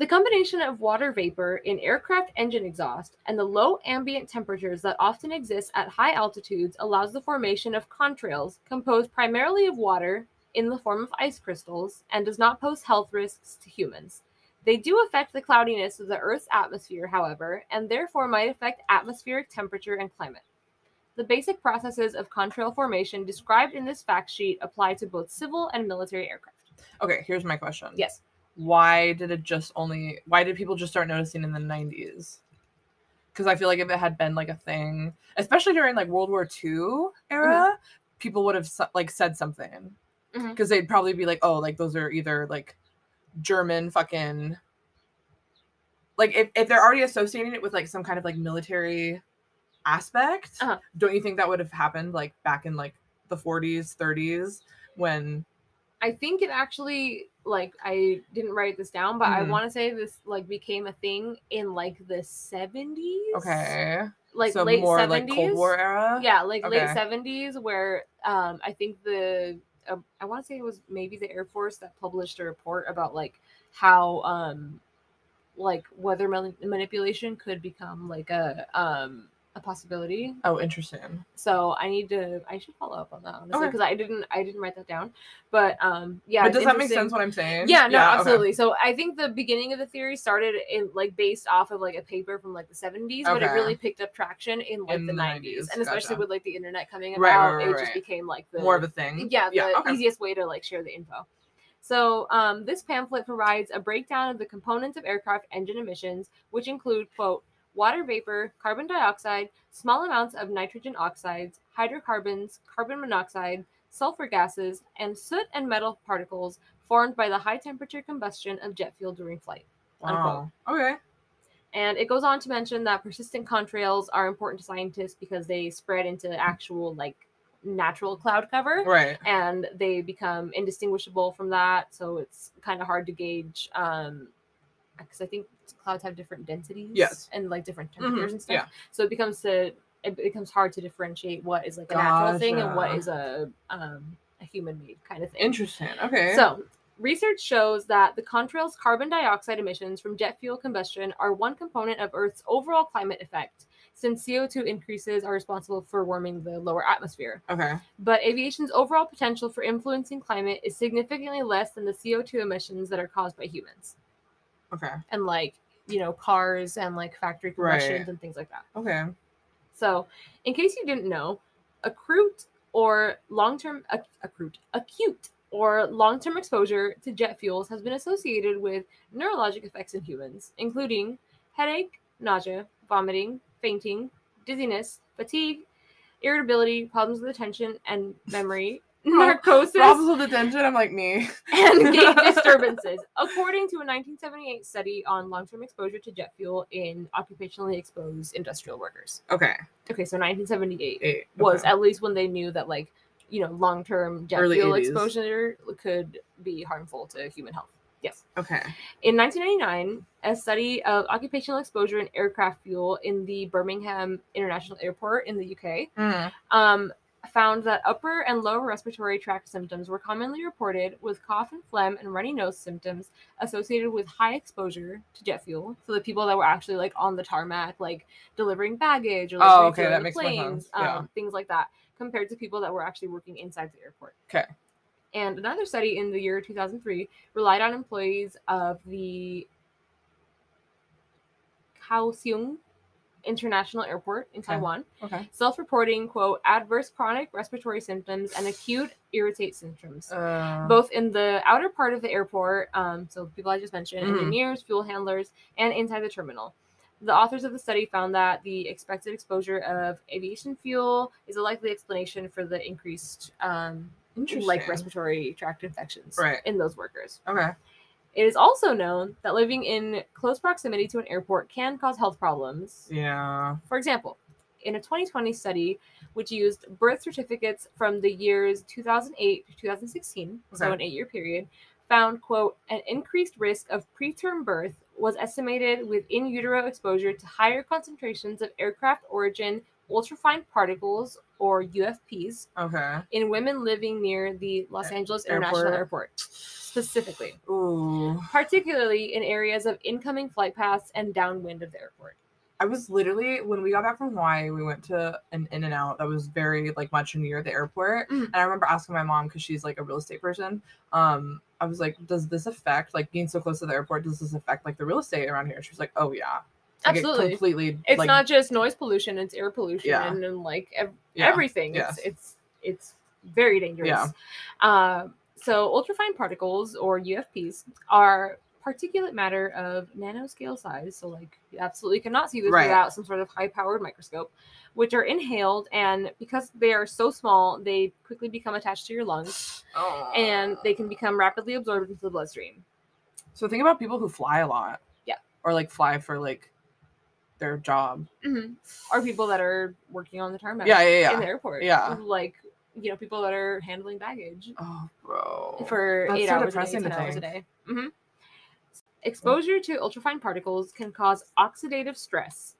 A: The combination of water vapor in aircraft engine exhaust and the low ambient temperatures that often exist at high altitudes allows the formation of contrails composed primarily of water in the form of ice crystals and does not pose health risks to humans. They do affect the cloudiness of the Earth's atmosphere, however, and therefore might affect atmospheric temperature and climate. The basic processes of contrail formation described in this fact sheet apply to both civil and military aircraft.
B: Okay, here's my question.
A: Yes.
B: why did it just only why did people just start noticing in the 90s because i feel like if it had been like a thing especially during like world war ii
A: Mm-hmm.
B: era people would have so- like said something
A: Mhm.
B: because they'd probably be like oh like those are either like german fucking like if, if they're already associating it with like some kind of like military aspect
A: Uh-huh.
B: don't you think that would have happened like back in like the 40s 30s when
A: I think it actually like I didn't write this down, but
B: Mhm.
A: I want to say this like became a thing in like the seventies.
B: okay
A: Like
B: so
A: late
B: more
A: 70s.
B: like cold war era
A: Yeah, like late
B: Okay.
A: seventies, where um I think the um, I want to say it was maybe the Air Force that published a report about like how um like weather mani- manipulation could become like a um a possibility
B: Oh, interesting.
A: so i need to i should follow up on that honestly
B: Okay.
A: because i didn't i didn't write that down but um yeah
B: but
A: it's
B: does that make
A: interesting.
B: sense what I'm saying?
A: Yeah, no,
B: okay.
A: absolutely. So I think the beginning of the theory started in like based off of like a paper from like the 70s, but it
B: Okay.
A: really picked up traction in like
B: In
A: the
B: the
A: 90s,
B: 90s,
A: and especially
B: gotcha.
A: with like the internet coming about,
B: Right, right, right,
A: it just
B: right.
A: became like the
B: More of a thing.
A: yeah, the
B: Mm-hmm. okay.
A: easiest way to like share the info. So um, this pamphlet provides a breakdown of the components of aircraft engine emissions, which include quote water vapor, carbon dioxide, small amounts of nitrogen oxides, hydrocarbons, carbon monoxide, sulfur gases, and soot and metal particles formed by the high temperature combustion of jet fuel during flight.
B: Wow. Okay.
A: And it goes on to mention that persistent contrails are important to scientists because they spread into actual like natural cloud cover
B: Right.
A: and they become indistinguishable from that. So it's kind of hard to gauge um because I think clouds have different densities
B: Yes.
A: and like different
B: Mhm,
A: temperatures and stuff.
B: yeah.
A: So it becomes to it becomes hard to differentiate what is like a natural thing and what
B: Gotcha.
A: is a um a human made kind of thing.
B: Interesting. Okay.
A: So Research shows that the contrail's carbon dioxide emissions from jet fuel combustion are one component of Earth's overall climate effect, since CO2 increases are responsible for warming the lower atmosphere.
B: Okay.
A: But aviation's overall potential for influencing climate is significantly less than the CO2 emissions that are caused by humans
B: Okay.
A: and, like, you know, cars and like factory combustions
B: Right.
A: and things like that.
B: Okay.
A: So, in case you didn't know, acute or long-term ac- acute acute or long-term exposure to jet fuels has been associated with neurologic effects in humans, including headache, nausea, vomiting, fainting, dizziness, fatigue, irritability, problems with attention and memory, narcosis,
B: Problems with attention. I'm like me.
A: and gait disturbances, according to a 1978 study on long-term exposure to jet fuel in occupationally exposed industrial workers.
B: Okay.
A: Okay, so 1978
B: Eight.
A: was
B: Okay.
A: at least when they knew that like you know long term jet
B: Early
A: fuel
B: 80s.
A: exposure could be harmful to human health. Yes.
B: okay.
A: In 1999, a study of occupational exposure in aircraft fuel in the Birmingham International Airport in the UK
B: Mm.
A: um, found that upper and lower respiratory tract symptoms were commonly reported with cough and phlegm and runny nose symptoms associated with high exposure to jet fuel. So the people that were actually like on the tarmac, like delivering baggage or like,
B: Oh, okay,
A: refueling
B: that
A: the
B: makes more
A: planes,
B: sense. Yeah.
A: um, things like that, compared to people that were actually working inside the airport.
B: 'Kay.
A: And another study in the year 2003 relied on employees of the Kaohsiung International Airport in
B: Okay.
A: Taiwan
B: Okay.
A: self-reporting quote adverse chronic respiratory symptoms and acute irritate symptoms
B: Uh,
A: both in the outer part of the airport um, so people i just mentioned
B: Mhm.
A: engineers fuel handlers and inside the terminal the authors of the study found that the expected exposure of aviation fuel is a likely explanation for the increased um, like
B: Interesting.
A: respiratory tract infections
B: Right.
A: in those workers
B: Okay.
A: it is also known that living in close proximity to an airport can cause health problems
B: Yeah.
A: for example, in a 2020 study which used birth certificates from the years 2008 to 2016, so
B: Okay.
A: an eight year period, found, quote, an increased risk of preterm birth was estimated with in utero exposure to higher concentrations of aircraft origin ultrafine particles or UFPs
B: Okay.
A: in women living near the Los Angeles International Airport specifically,
B: Ooh.
A: particularly in areas of incoming flight paths and downwind of the airport.
B: I was literally when we got back from Hawaii, we went to an In and Out that was very like much near the airport,
A: Mm.
B: and I remember asking my mom because she's like a real estate person. Um, I was like, "Does this affect like being so close to the airport? Does this affect like the real estate around here?" She was like, "Oh yeah, like, it
A: Absolutely.
B: completely.
A: it's
B: like,
A: not just noise pollution it's air pollution
B: Yeah.
A: and, then like ev-
B: yeah.
A: everything
B: Yes.
A: it's, it's it's very dangerous
B: Yeah.
A: Um, so ultrafine particles or ufps are particulate matter of nanoscale size so like you absolutely cannot see this
B: Right.
A: without some sort of high powered microscope which are inhaled and because they are so small they quickly become attached to your lungs
B: Oh.
A: and they can become rapidly absorbed into the bloodstream
B: So think about people who fly a lot.
A: Yeah.
B: Or like fly for like their job.
A: mm-hmm. or people that are working on the tarmac
B: Yeah, yeah, yeah.
A: in the airport.
B: Yeah.
A: Like, you know, people that are handling baggage
B: Oh, bro.
A: for
B: That's
A: eight
B: so
A: hours a day,
B: depressing to
A: 10 hours a
B: think.
A: day.
B: Mm-hmm.
A: hmm Exposure to ultrafine particles can cause oxidative stress,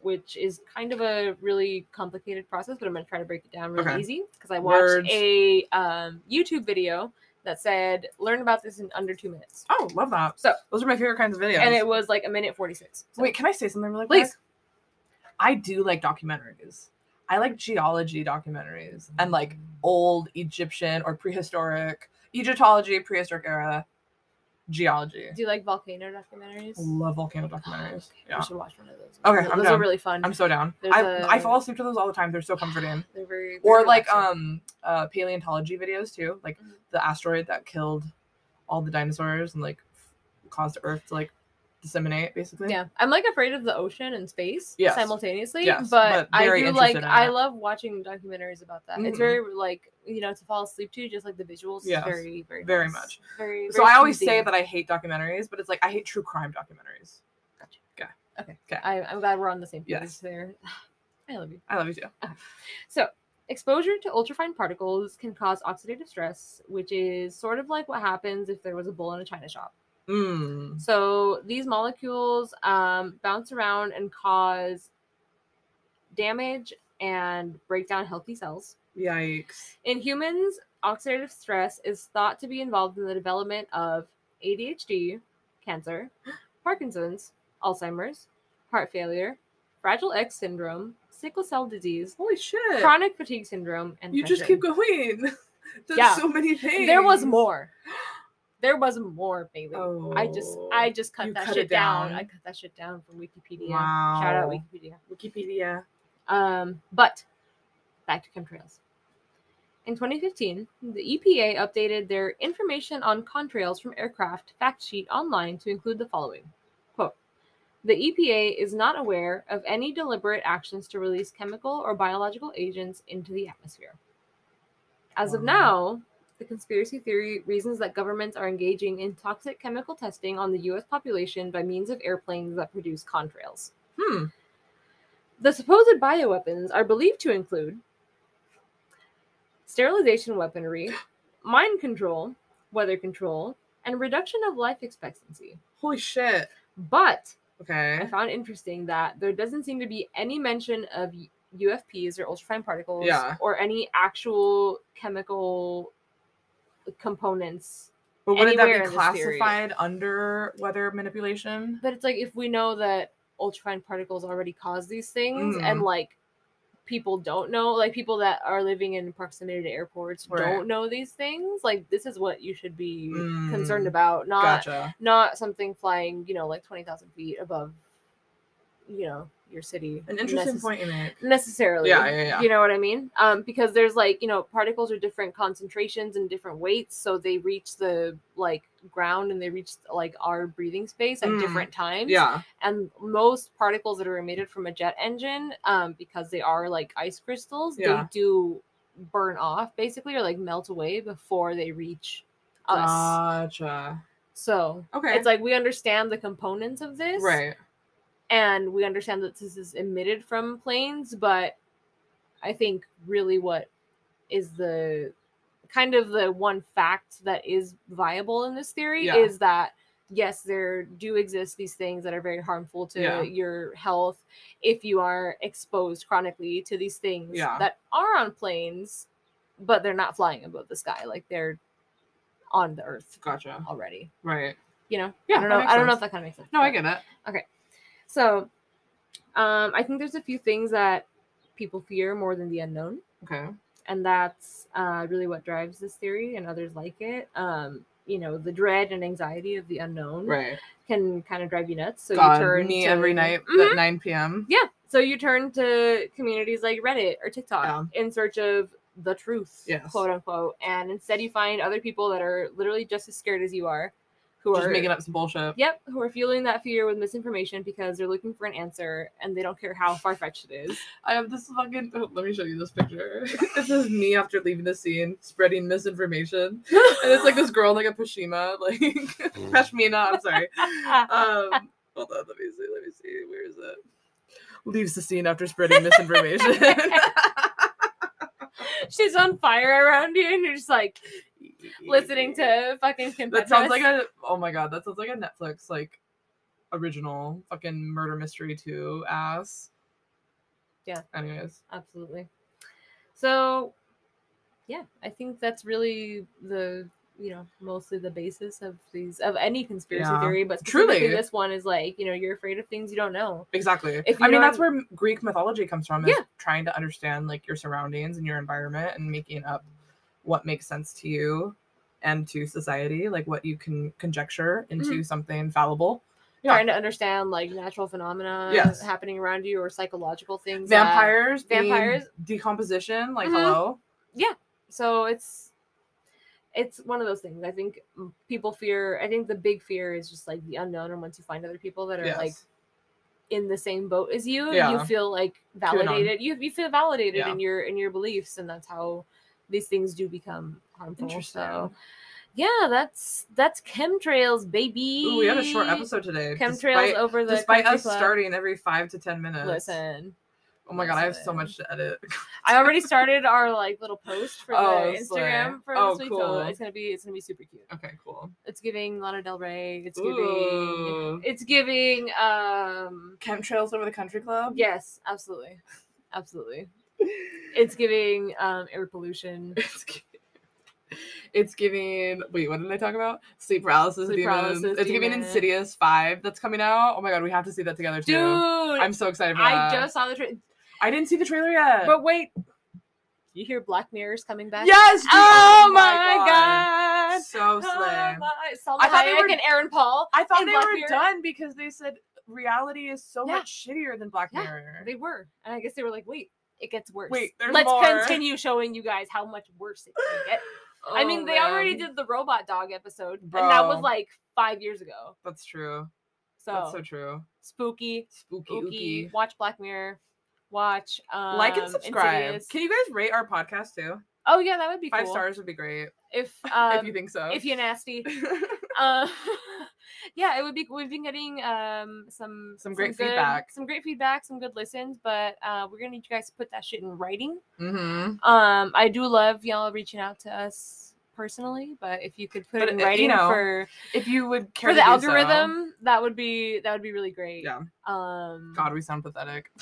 A: which is kind of a really complicated process, but I'm going to try to break it down really
B: Okay.
A: easy because I watched
B: Words.
A: a um, YouTube video that said, learn about this in under two minutes.
B: oh, love that.
A: So-
B: those are my favorite kinds of videos.
A: And it was like a minute 46. So-
B: Wait, can I say something really quick?
A: please.
B: I do like documentaries. I like geology documentaries and like old Egyptian or prehistoric Egyptology, prehistoric era geology.
A: Do you like volcano documentaries?
B: Love volcano
A: Oh
B: documentaries.
A: I
B: Yeah.
A: should watch one of those.
B: Okay,
A: Those,
B: I'm
A: those are
B: down.
A: really fun.
B: I'm so down.
A: There's
B: I
A: a-
B: I fall asleep to those all the time. They're so comforting.
A: They're very very
B: or like
A: relaxing.
B: um uh paleontology videos too like
A: Mhm.
B: the asteroid that killed all the dinosaurs and like f- caused earth to like disseminate basically
A: yeah, I'm like afraid of the ocean and space
B: um, Yes.
A: simultaneously,
B: Yes,
A: but,
B: but
A: I
B: very
A: do
B: interested
A: like
B: in
A: I
B: it.
A: love watching documentaries about that. It's
B: Mhm.
A: very like you know to fall asleep to, just like the visuals. is
B: Yes,
A: very very
B: very
A: nice.
B: much.
A: Very.
B: so i always say that i hate documentaries but it's like i hate true crime documentaries
A: Okay.
B: Okay.
A: I, I'm glad we're on the same page
B: Yes.
A: there. I love you.
B: i love you too
A: So, exposure to ultrafine particles can cause oxidative stress, which is sort of like what happens if there was a bull in a china shop.
B: mm.
A: So these molecules um, bounce around and cause damage and break down healthy cells.
B: yikes
A: In humans, oxidative stress is thought to be involved in the development of ADHD, cancer, Parkinson's, Alzheimer's, heart failure, Fragile X syndrome, sickle cell disease,
B: Holy shit.
A: chronic fatigue syndrome, and
B: you just
A: depression.
B: keep going. There's
A: Yeah.
B: so many things.
A: There was more. There was more, Bailey.
B: Oh.
A: I just I just cut
B: You
A: that
B: cut
A: shit
B: it
A: down.
B: down.
A: I cut that shit down from Wikipedia.
B: Wow.
A: Shout out Wikipedia.
B: Wikipedia.
A: Um, but back to chemtrails. In 2015, the EPA updated their information on contrails from aircraft fact sheet online to include the following quote, The EPA is not aware of any deliberate actions to release chemical or biological agents into the atmosphere. As of
B: Wow.
A: now, the conspiracy theory reasons that governments are engaging in toxic chemical testing on the U.S. population by means of airplanes that produce contrails.
B: Hmm.
A: The supposed bioweapons are believed to include sterilization weaponry, mind control, weather control, and reduction of life expectancy.
B: Holy shit.
A: But I
B: Okay.
A: found interesting that there doesn't seem to be any mention of U- UFPs or ultrafine particles
B: Yeah.
A: or any actual chemical components.
B: But wouldn't that
A: anywhere
B: be
A: in this theory.
B: classified under weather manipulation?
A: But it's like if we know that ultrafine particles already cause these things
B: Mm.
A: and like people don't know, like people that are living in proximity to airports
B: Right.
A: don't know these things, like this is what you should be concerned
B: Mm,
A: about, not
B: Gotcha.
A: not something flying, you know, like 20,000 feet above you know, your city.
B: An interesting
A: necess-
B: point you make.
A: necessarily.
B: Yeah, yeah, yeah.
A: You know what I mean? Um, because there's like, you know, particles are different concentrations and different weights, so they reach the like ground and they reach like our breathing space at
B: Mm.
A: different times.
B: Yeah.
A: And most particles that are emitted from a jet engine, um, because they are like ice crystals,
B: Yeah.
A: they do burn off basically or like melt away before they reach us.
B: Gotcha.
A: so
B: Ah. Okay.
A: it's like we understand the components of this
B: right.
A: and we understand that this is emitted from planes, but I think really what is the kind of the one fact that is viable in this theory
B: Yeah.
A: is that yes, there do exist these things that are very harmful to
B: Yeah.
A: your health if you are exposed chronically to these things
B: Yeah.
A: that are on planes, but they're not flying above the sky, like they're on the earth
B: Gotcha.
A: already.
B: Right.
A: You know?
B: Yeah.
A: I don't
B: that
A: know.
B: makes
A: I don't know if
B: sense.
A: that kind of makes sense.
B: No, I
A: but-
B: get it.
A: so, um, I think there's a few things that people fear more than the unknown,
B: Okay.
A: and that's uh, really what drives this theory and others like it. Um, you know, the dread and anxiety of the unknown
B: Right.
A: can kind of drive you nuts. So you
B: God,
A: turn
B: me
A: to,
B: every night
A: Mhm.
B: at 9 p.m.
A: Yeah. So you turn to communities like Reddit or TikTok in search of the truth,
B: Yes.
A: quote unquote, and instead you find other people that are literally just as scared as you are, who
B: Just
A: are
B: making up some bullshit.
A: Yep, who are fueling that fear with misinformation because they're looking for an answer and they don't care how far fetched it is.
B: I have this fucking. oh, let me show you this picture. this is me after leaving the scene, spreading misinformation, and it's like this girl in like a pashima, like pashmina. I'm sorry. Um, hold on, let me see. Let me see. Where is it? Leaves the scene after spreading misinformation.
A: She's on fire around you, and you're just like listening to fucking Kim
B: That sounds
A: Petras.
B: like a. Oh my god, that sounds like a Netflix like original fucking murder mystery two ass.
A: Yeah.
B: Anyways.
A: absolutely. So, yeah, I think that's really the you know mostly the basis of these of any conspiracy
B: Yeah.
A: theory, but
B: Truly.
A: specifically this one is like you know you're afraid of things you don't know.
B: Exactly.
A: If you
B: I mean,
A: don't-
B: that's where m- Greek mythology comes from. Is
A: Yeah.
B: trying to understand like your surroundings and your environment and making up what makes sense to you and to society, like what you can conjecture into
A: Mm.
B: something fallible. Yeah.
A: Trying to understand like natural phenomena
B: Yes.
A: happening around you or psychological things. that-
B: Vampires, being
A: vampires.
B: decomposition. Like
A: Mhm.
B: hello,
A: so it's it's one of those things i think m- people fear i think the big fear is just like the unknown and once you find other people that are
B: yes.
A: like in the same boat as you you
B: Yeah.
A: feel like
B: QAnon.
A: validated you, you feel validated
B: Yeah.
A: in your in your beliefs and that's how these things do become harmful
B: interesting.
A: so yeah that's that's chemtrails baby
B: Ooh, we had a short episode today.
A: chemtrails
B: despite,
A: over the
B: despite
A: country
B: us
A: club.
B: starting every five to ten minutes.
A: listen
B: Oh my god, I have so
A: listen.
B: much to edit.
A: I already started our like little post for
B: Oh,
A: the
B: slay.
A: Instagram for
B: Oh,
A: this week, so
B: cool.
A: it's gonna be it's gonna be super cute.
B: okay, cool.
A: It's giving Lana Del Rey. It's giving.
B: Ooh.
A: It's giving. Um.
B: Chemtrails over the country club.
A: Yes, absolutely, absolutely.
B: Yeah.
A: It's giving um air pollution.
B: It's giving. Wait, what did I talk about? Sleep paralysis.
A: Sleep
B: demons.
A: paralysis,
B: it's giving
A: demon.
B: Insidious Five that's coming out. Oh my god, we have to see that together too.
A: Dude, i
B: I'm so excited for that.
A: just saw the trailer.
B: I didn't see the trailer yet.
A: But wait, you hear Black Mirror's coming back?
B: yes. dude,
A: Oh, my god.
B: So
A: Oh
B: slay.
A: my- Salma
B: I thought they
A: Hayek
B: were-
A: and Aaron Paul.
B: I thought
A: And
B: they
A: Black
B: were
A: Mirror-
B: done because they said reality is so
A: Yeah.
B: much shittier than Black
A: Yeah,
B: Mirror.
A: They were, and I guess they were like, wait, it gets worse.
B: Wait, there's
A: let's
B: more."
A: continue showing you guys how much worse it can get. I
B: Oh,
A: mean, they already
B: man.
A: did the robot dog episode, and that was
B: Bro.
A: like five years ago.
B: That's true.
A: So,
B: That's so true.
A: spooky,
B: Spooky,
A: spooky.
B: ooky.
A: Watch Black Mirror. Watch, um,
B: like and subscribe.
A: Insidious.
B: Can you guys rate our podcast too?
A: Oh yeah, that would be
B: Five
A: cool.
B: stars would be great
A: if um,
B: if you think so.
A: if you're nasty. uh, yeah, it would be. We've been getting um some
B: Some great
A: good-
B: feedback.
A: some great feedback, some good listens. But uh, we're gonna need you guys to put that shit in writing.
B: mm-hmm.
A: Um, I do love y'all reaching out to us personally, but if you could put
B: But,
A: it in
B: uh, you
A: writing
B: know,
A: for
B: if you would care
A: for the
B: to do so.
A: algorithm, that would be that would be really great.
B: Yeah.
A: Um,
B: God, we sound pathetic.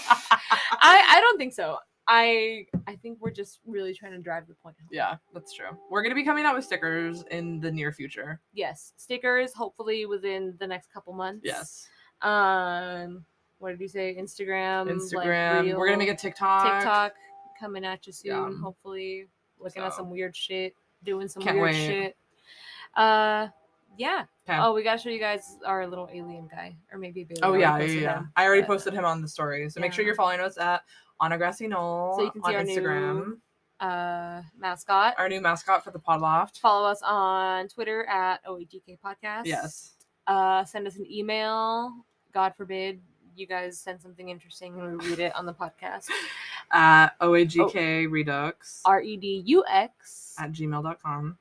A: I I don't think so. I I think we're just really trying to drive the point. home.
B: yeah, that's true. We're gonna be coming out with stickers in the near future.
A: Yes, stickers hopefully within the next couple months.
B: Yes,
A: Um, what did you say? Instagram. like,
B: Instagram. We're gonna make
A: Reel,
B: a TikTok.
A: TikTok coming at you soon.
B: Yeah.
A: Hopefully, looking at
B: So.
A: some weird shit, doing some
B: Can't
A: weird
B: wait.
A: shit. Uh, yeah.
B: 'Kay.
A: Oh, we gotta show you guys our little alien guy, or maybe Bailey.
B: Oh
A: already
B: yeah, yeah,
A: posted
B: yeah.
A: him.
B: I already
A: but-
B: posted him on the story, so make sure
A: Yeah.
B: you're following us at on a grassy knoll
A: So you can see
B: on
A: our new-
B: Instagram.
A: Uh, mascot.
B: Our new mascot for the Podloft.
A: Follow us on Twitter at OAGK Podcast.
B: Yes.
A: Uh, send us an email. God forbid you guys send something interesting and we read it on the podcast.
B: At OAGK
A: Oh.
B: Redux
A: R E D U X.
B: at gmail.com.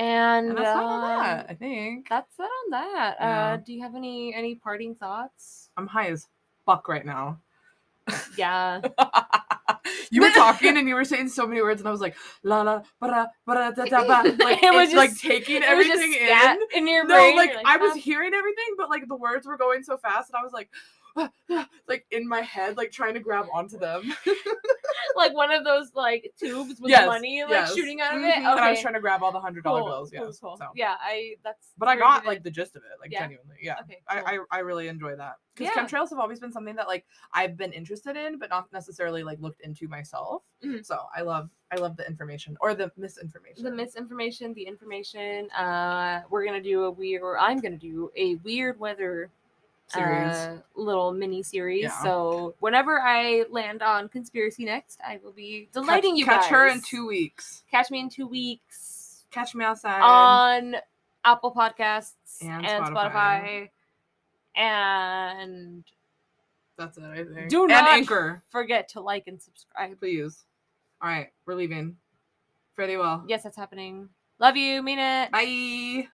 A: And,
B: And that's all
A: um,
B: on that, I think.
A: That's it on that. Uh,
B: Yeah.
A: do you have any any parting thoughts?
B: I'm high as fuck right now.
A: Yeah.
B: you were talking and you were saying so many words, and I was like, la la, ba da, da da ba. Like,
A: It
B: it
A: was
B: was like
A: just-
B: taking
A: It was just
B: everything
A: scat
B: in.
A: in your
B: No,
A: brain.
B: like,
A: You're
B: I was
A: "Huh?"
B: hearing everything, but like the words were going so fast, and I was like, like in my head, like trying to grab onto them.
A: like one of those like tubes with
B: Yes,
A: money like
B: yes.
A: shooting out of
B: Mhm,
A: it. Okay.
B: And I was trying to grab all the hundred dollar
A: Cool,
B: bills.
A: cool,
B: Yes.
A: cool.
B: So.
A: Yeah, I that's
B: But I
A: very
B: got
A: good.
B: like the gist of it, like
A: Yeah.
B: genuinely. Yeah.
A: Okay. cool.
B: I, I I really enjoy that because
A: Yeah.
B: chemtrails have always been something that like I've been interested in, but not necessarily like looked into myself.
A: Mhm.
B: So I love I love the information or the misinformation.
A: the misinformation, the information. Uh we're gonna do a weird or I'm gonna do a weird weather
B: series.
A: uh, little mini series.
B: Yeah.
A: So whenever I land on conspiracy next, I will be
B: Catch-
A: delighting you
B: catch
A: guys.
B: her in two weeks.
A: Catch me in two weeks
B: Catch me outside.
A: on Apple Podcasts and,
B: And
A: Spotify.
B: Spotify.
A: And
B: That's it. I think.
A: do
B: and
A: not-
B: anchor,
A: forget to like and subscribe.
B: please. All right, we're leaving. Fare thee well.
A: Yes, that's happening. Love you. Mean it.
B: Bye.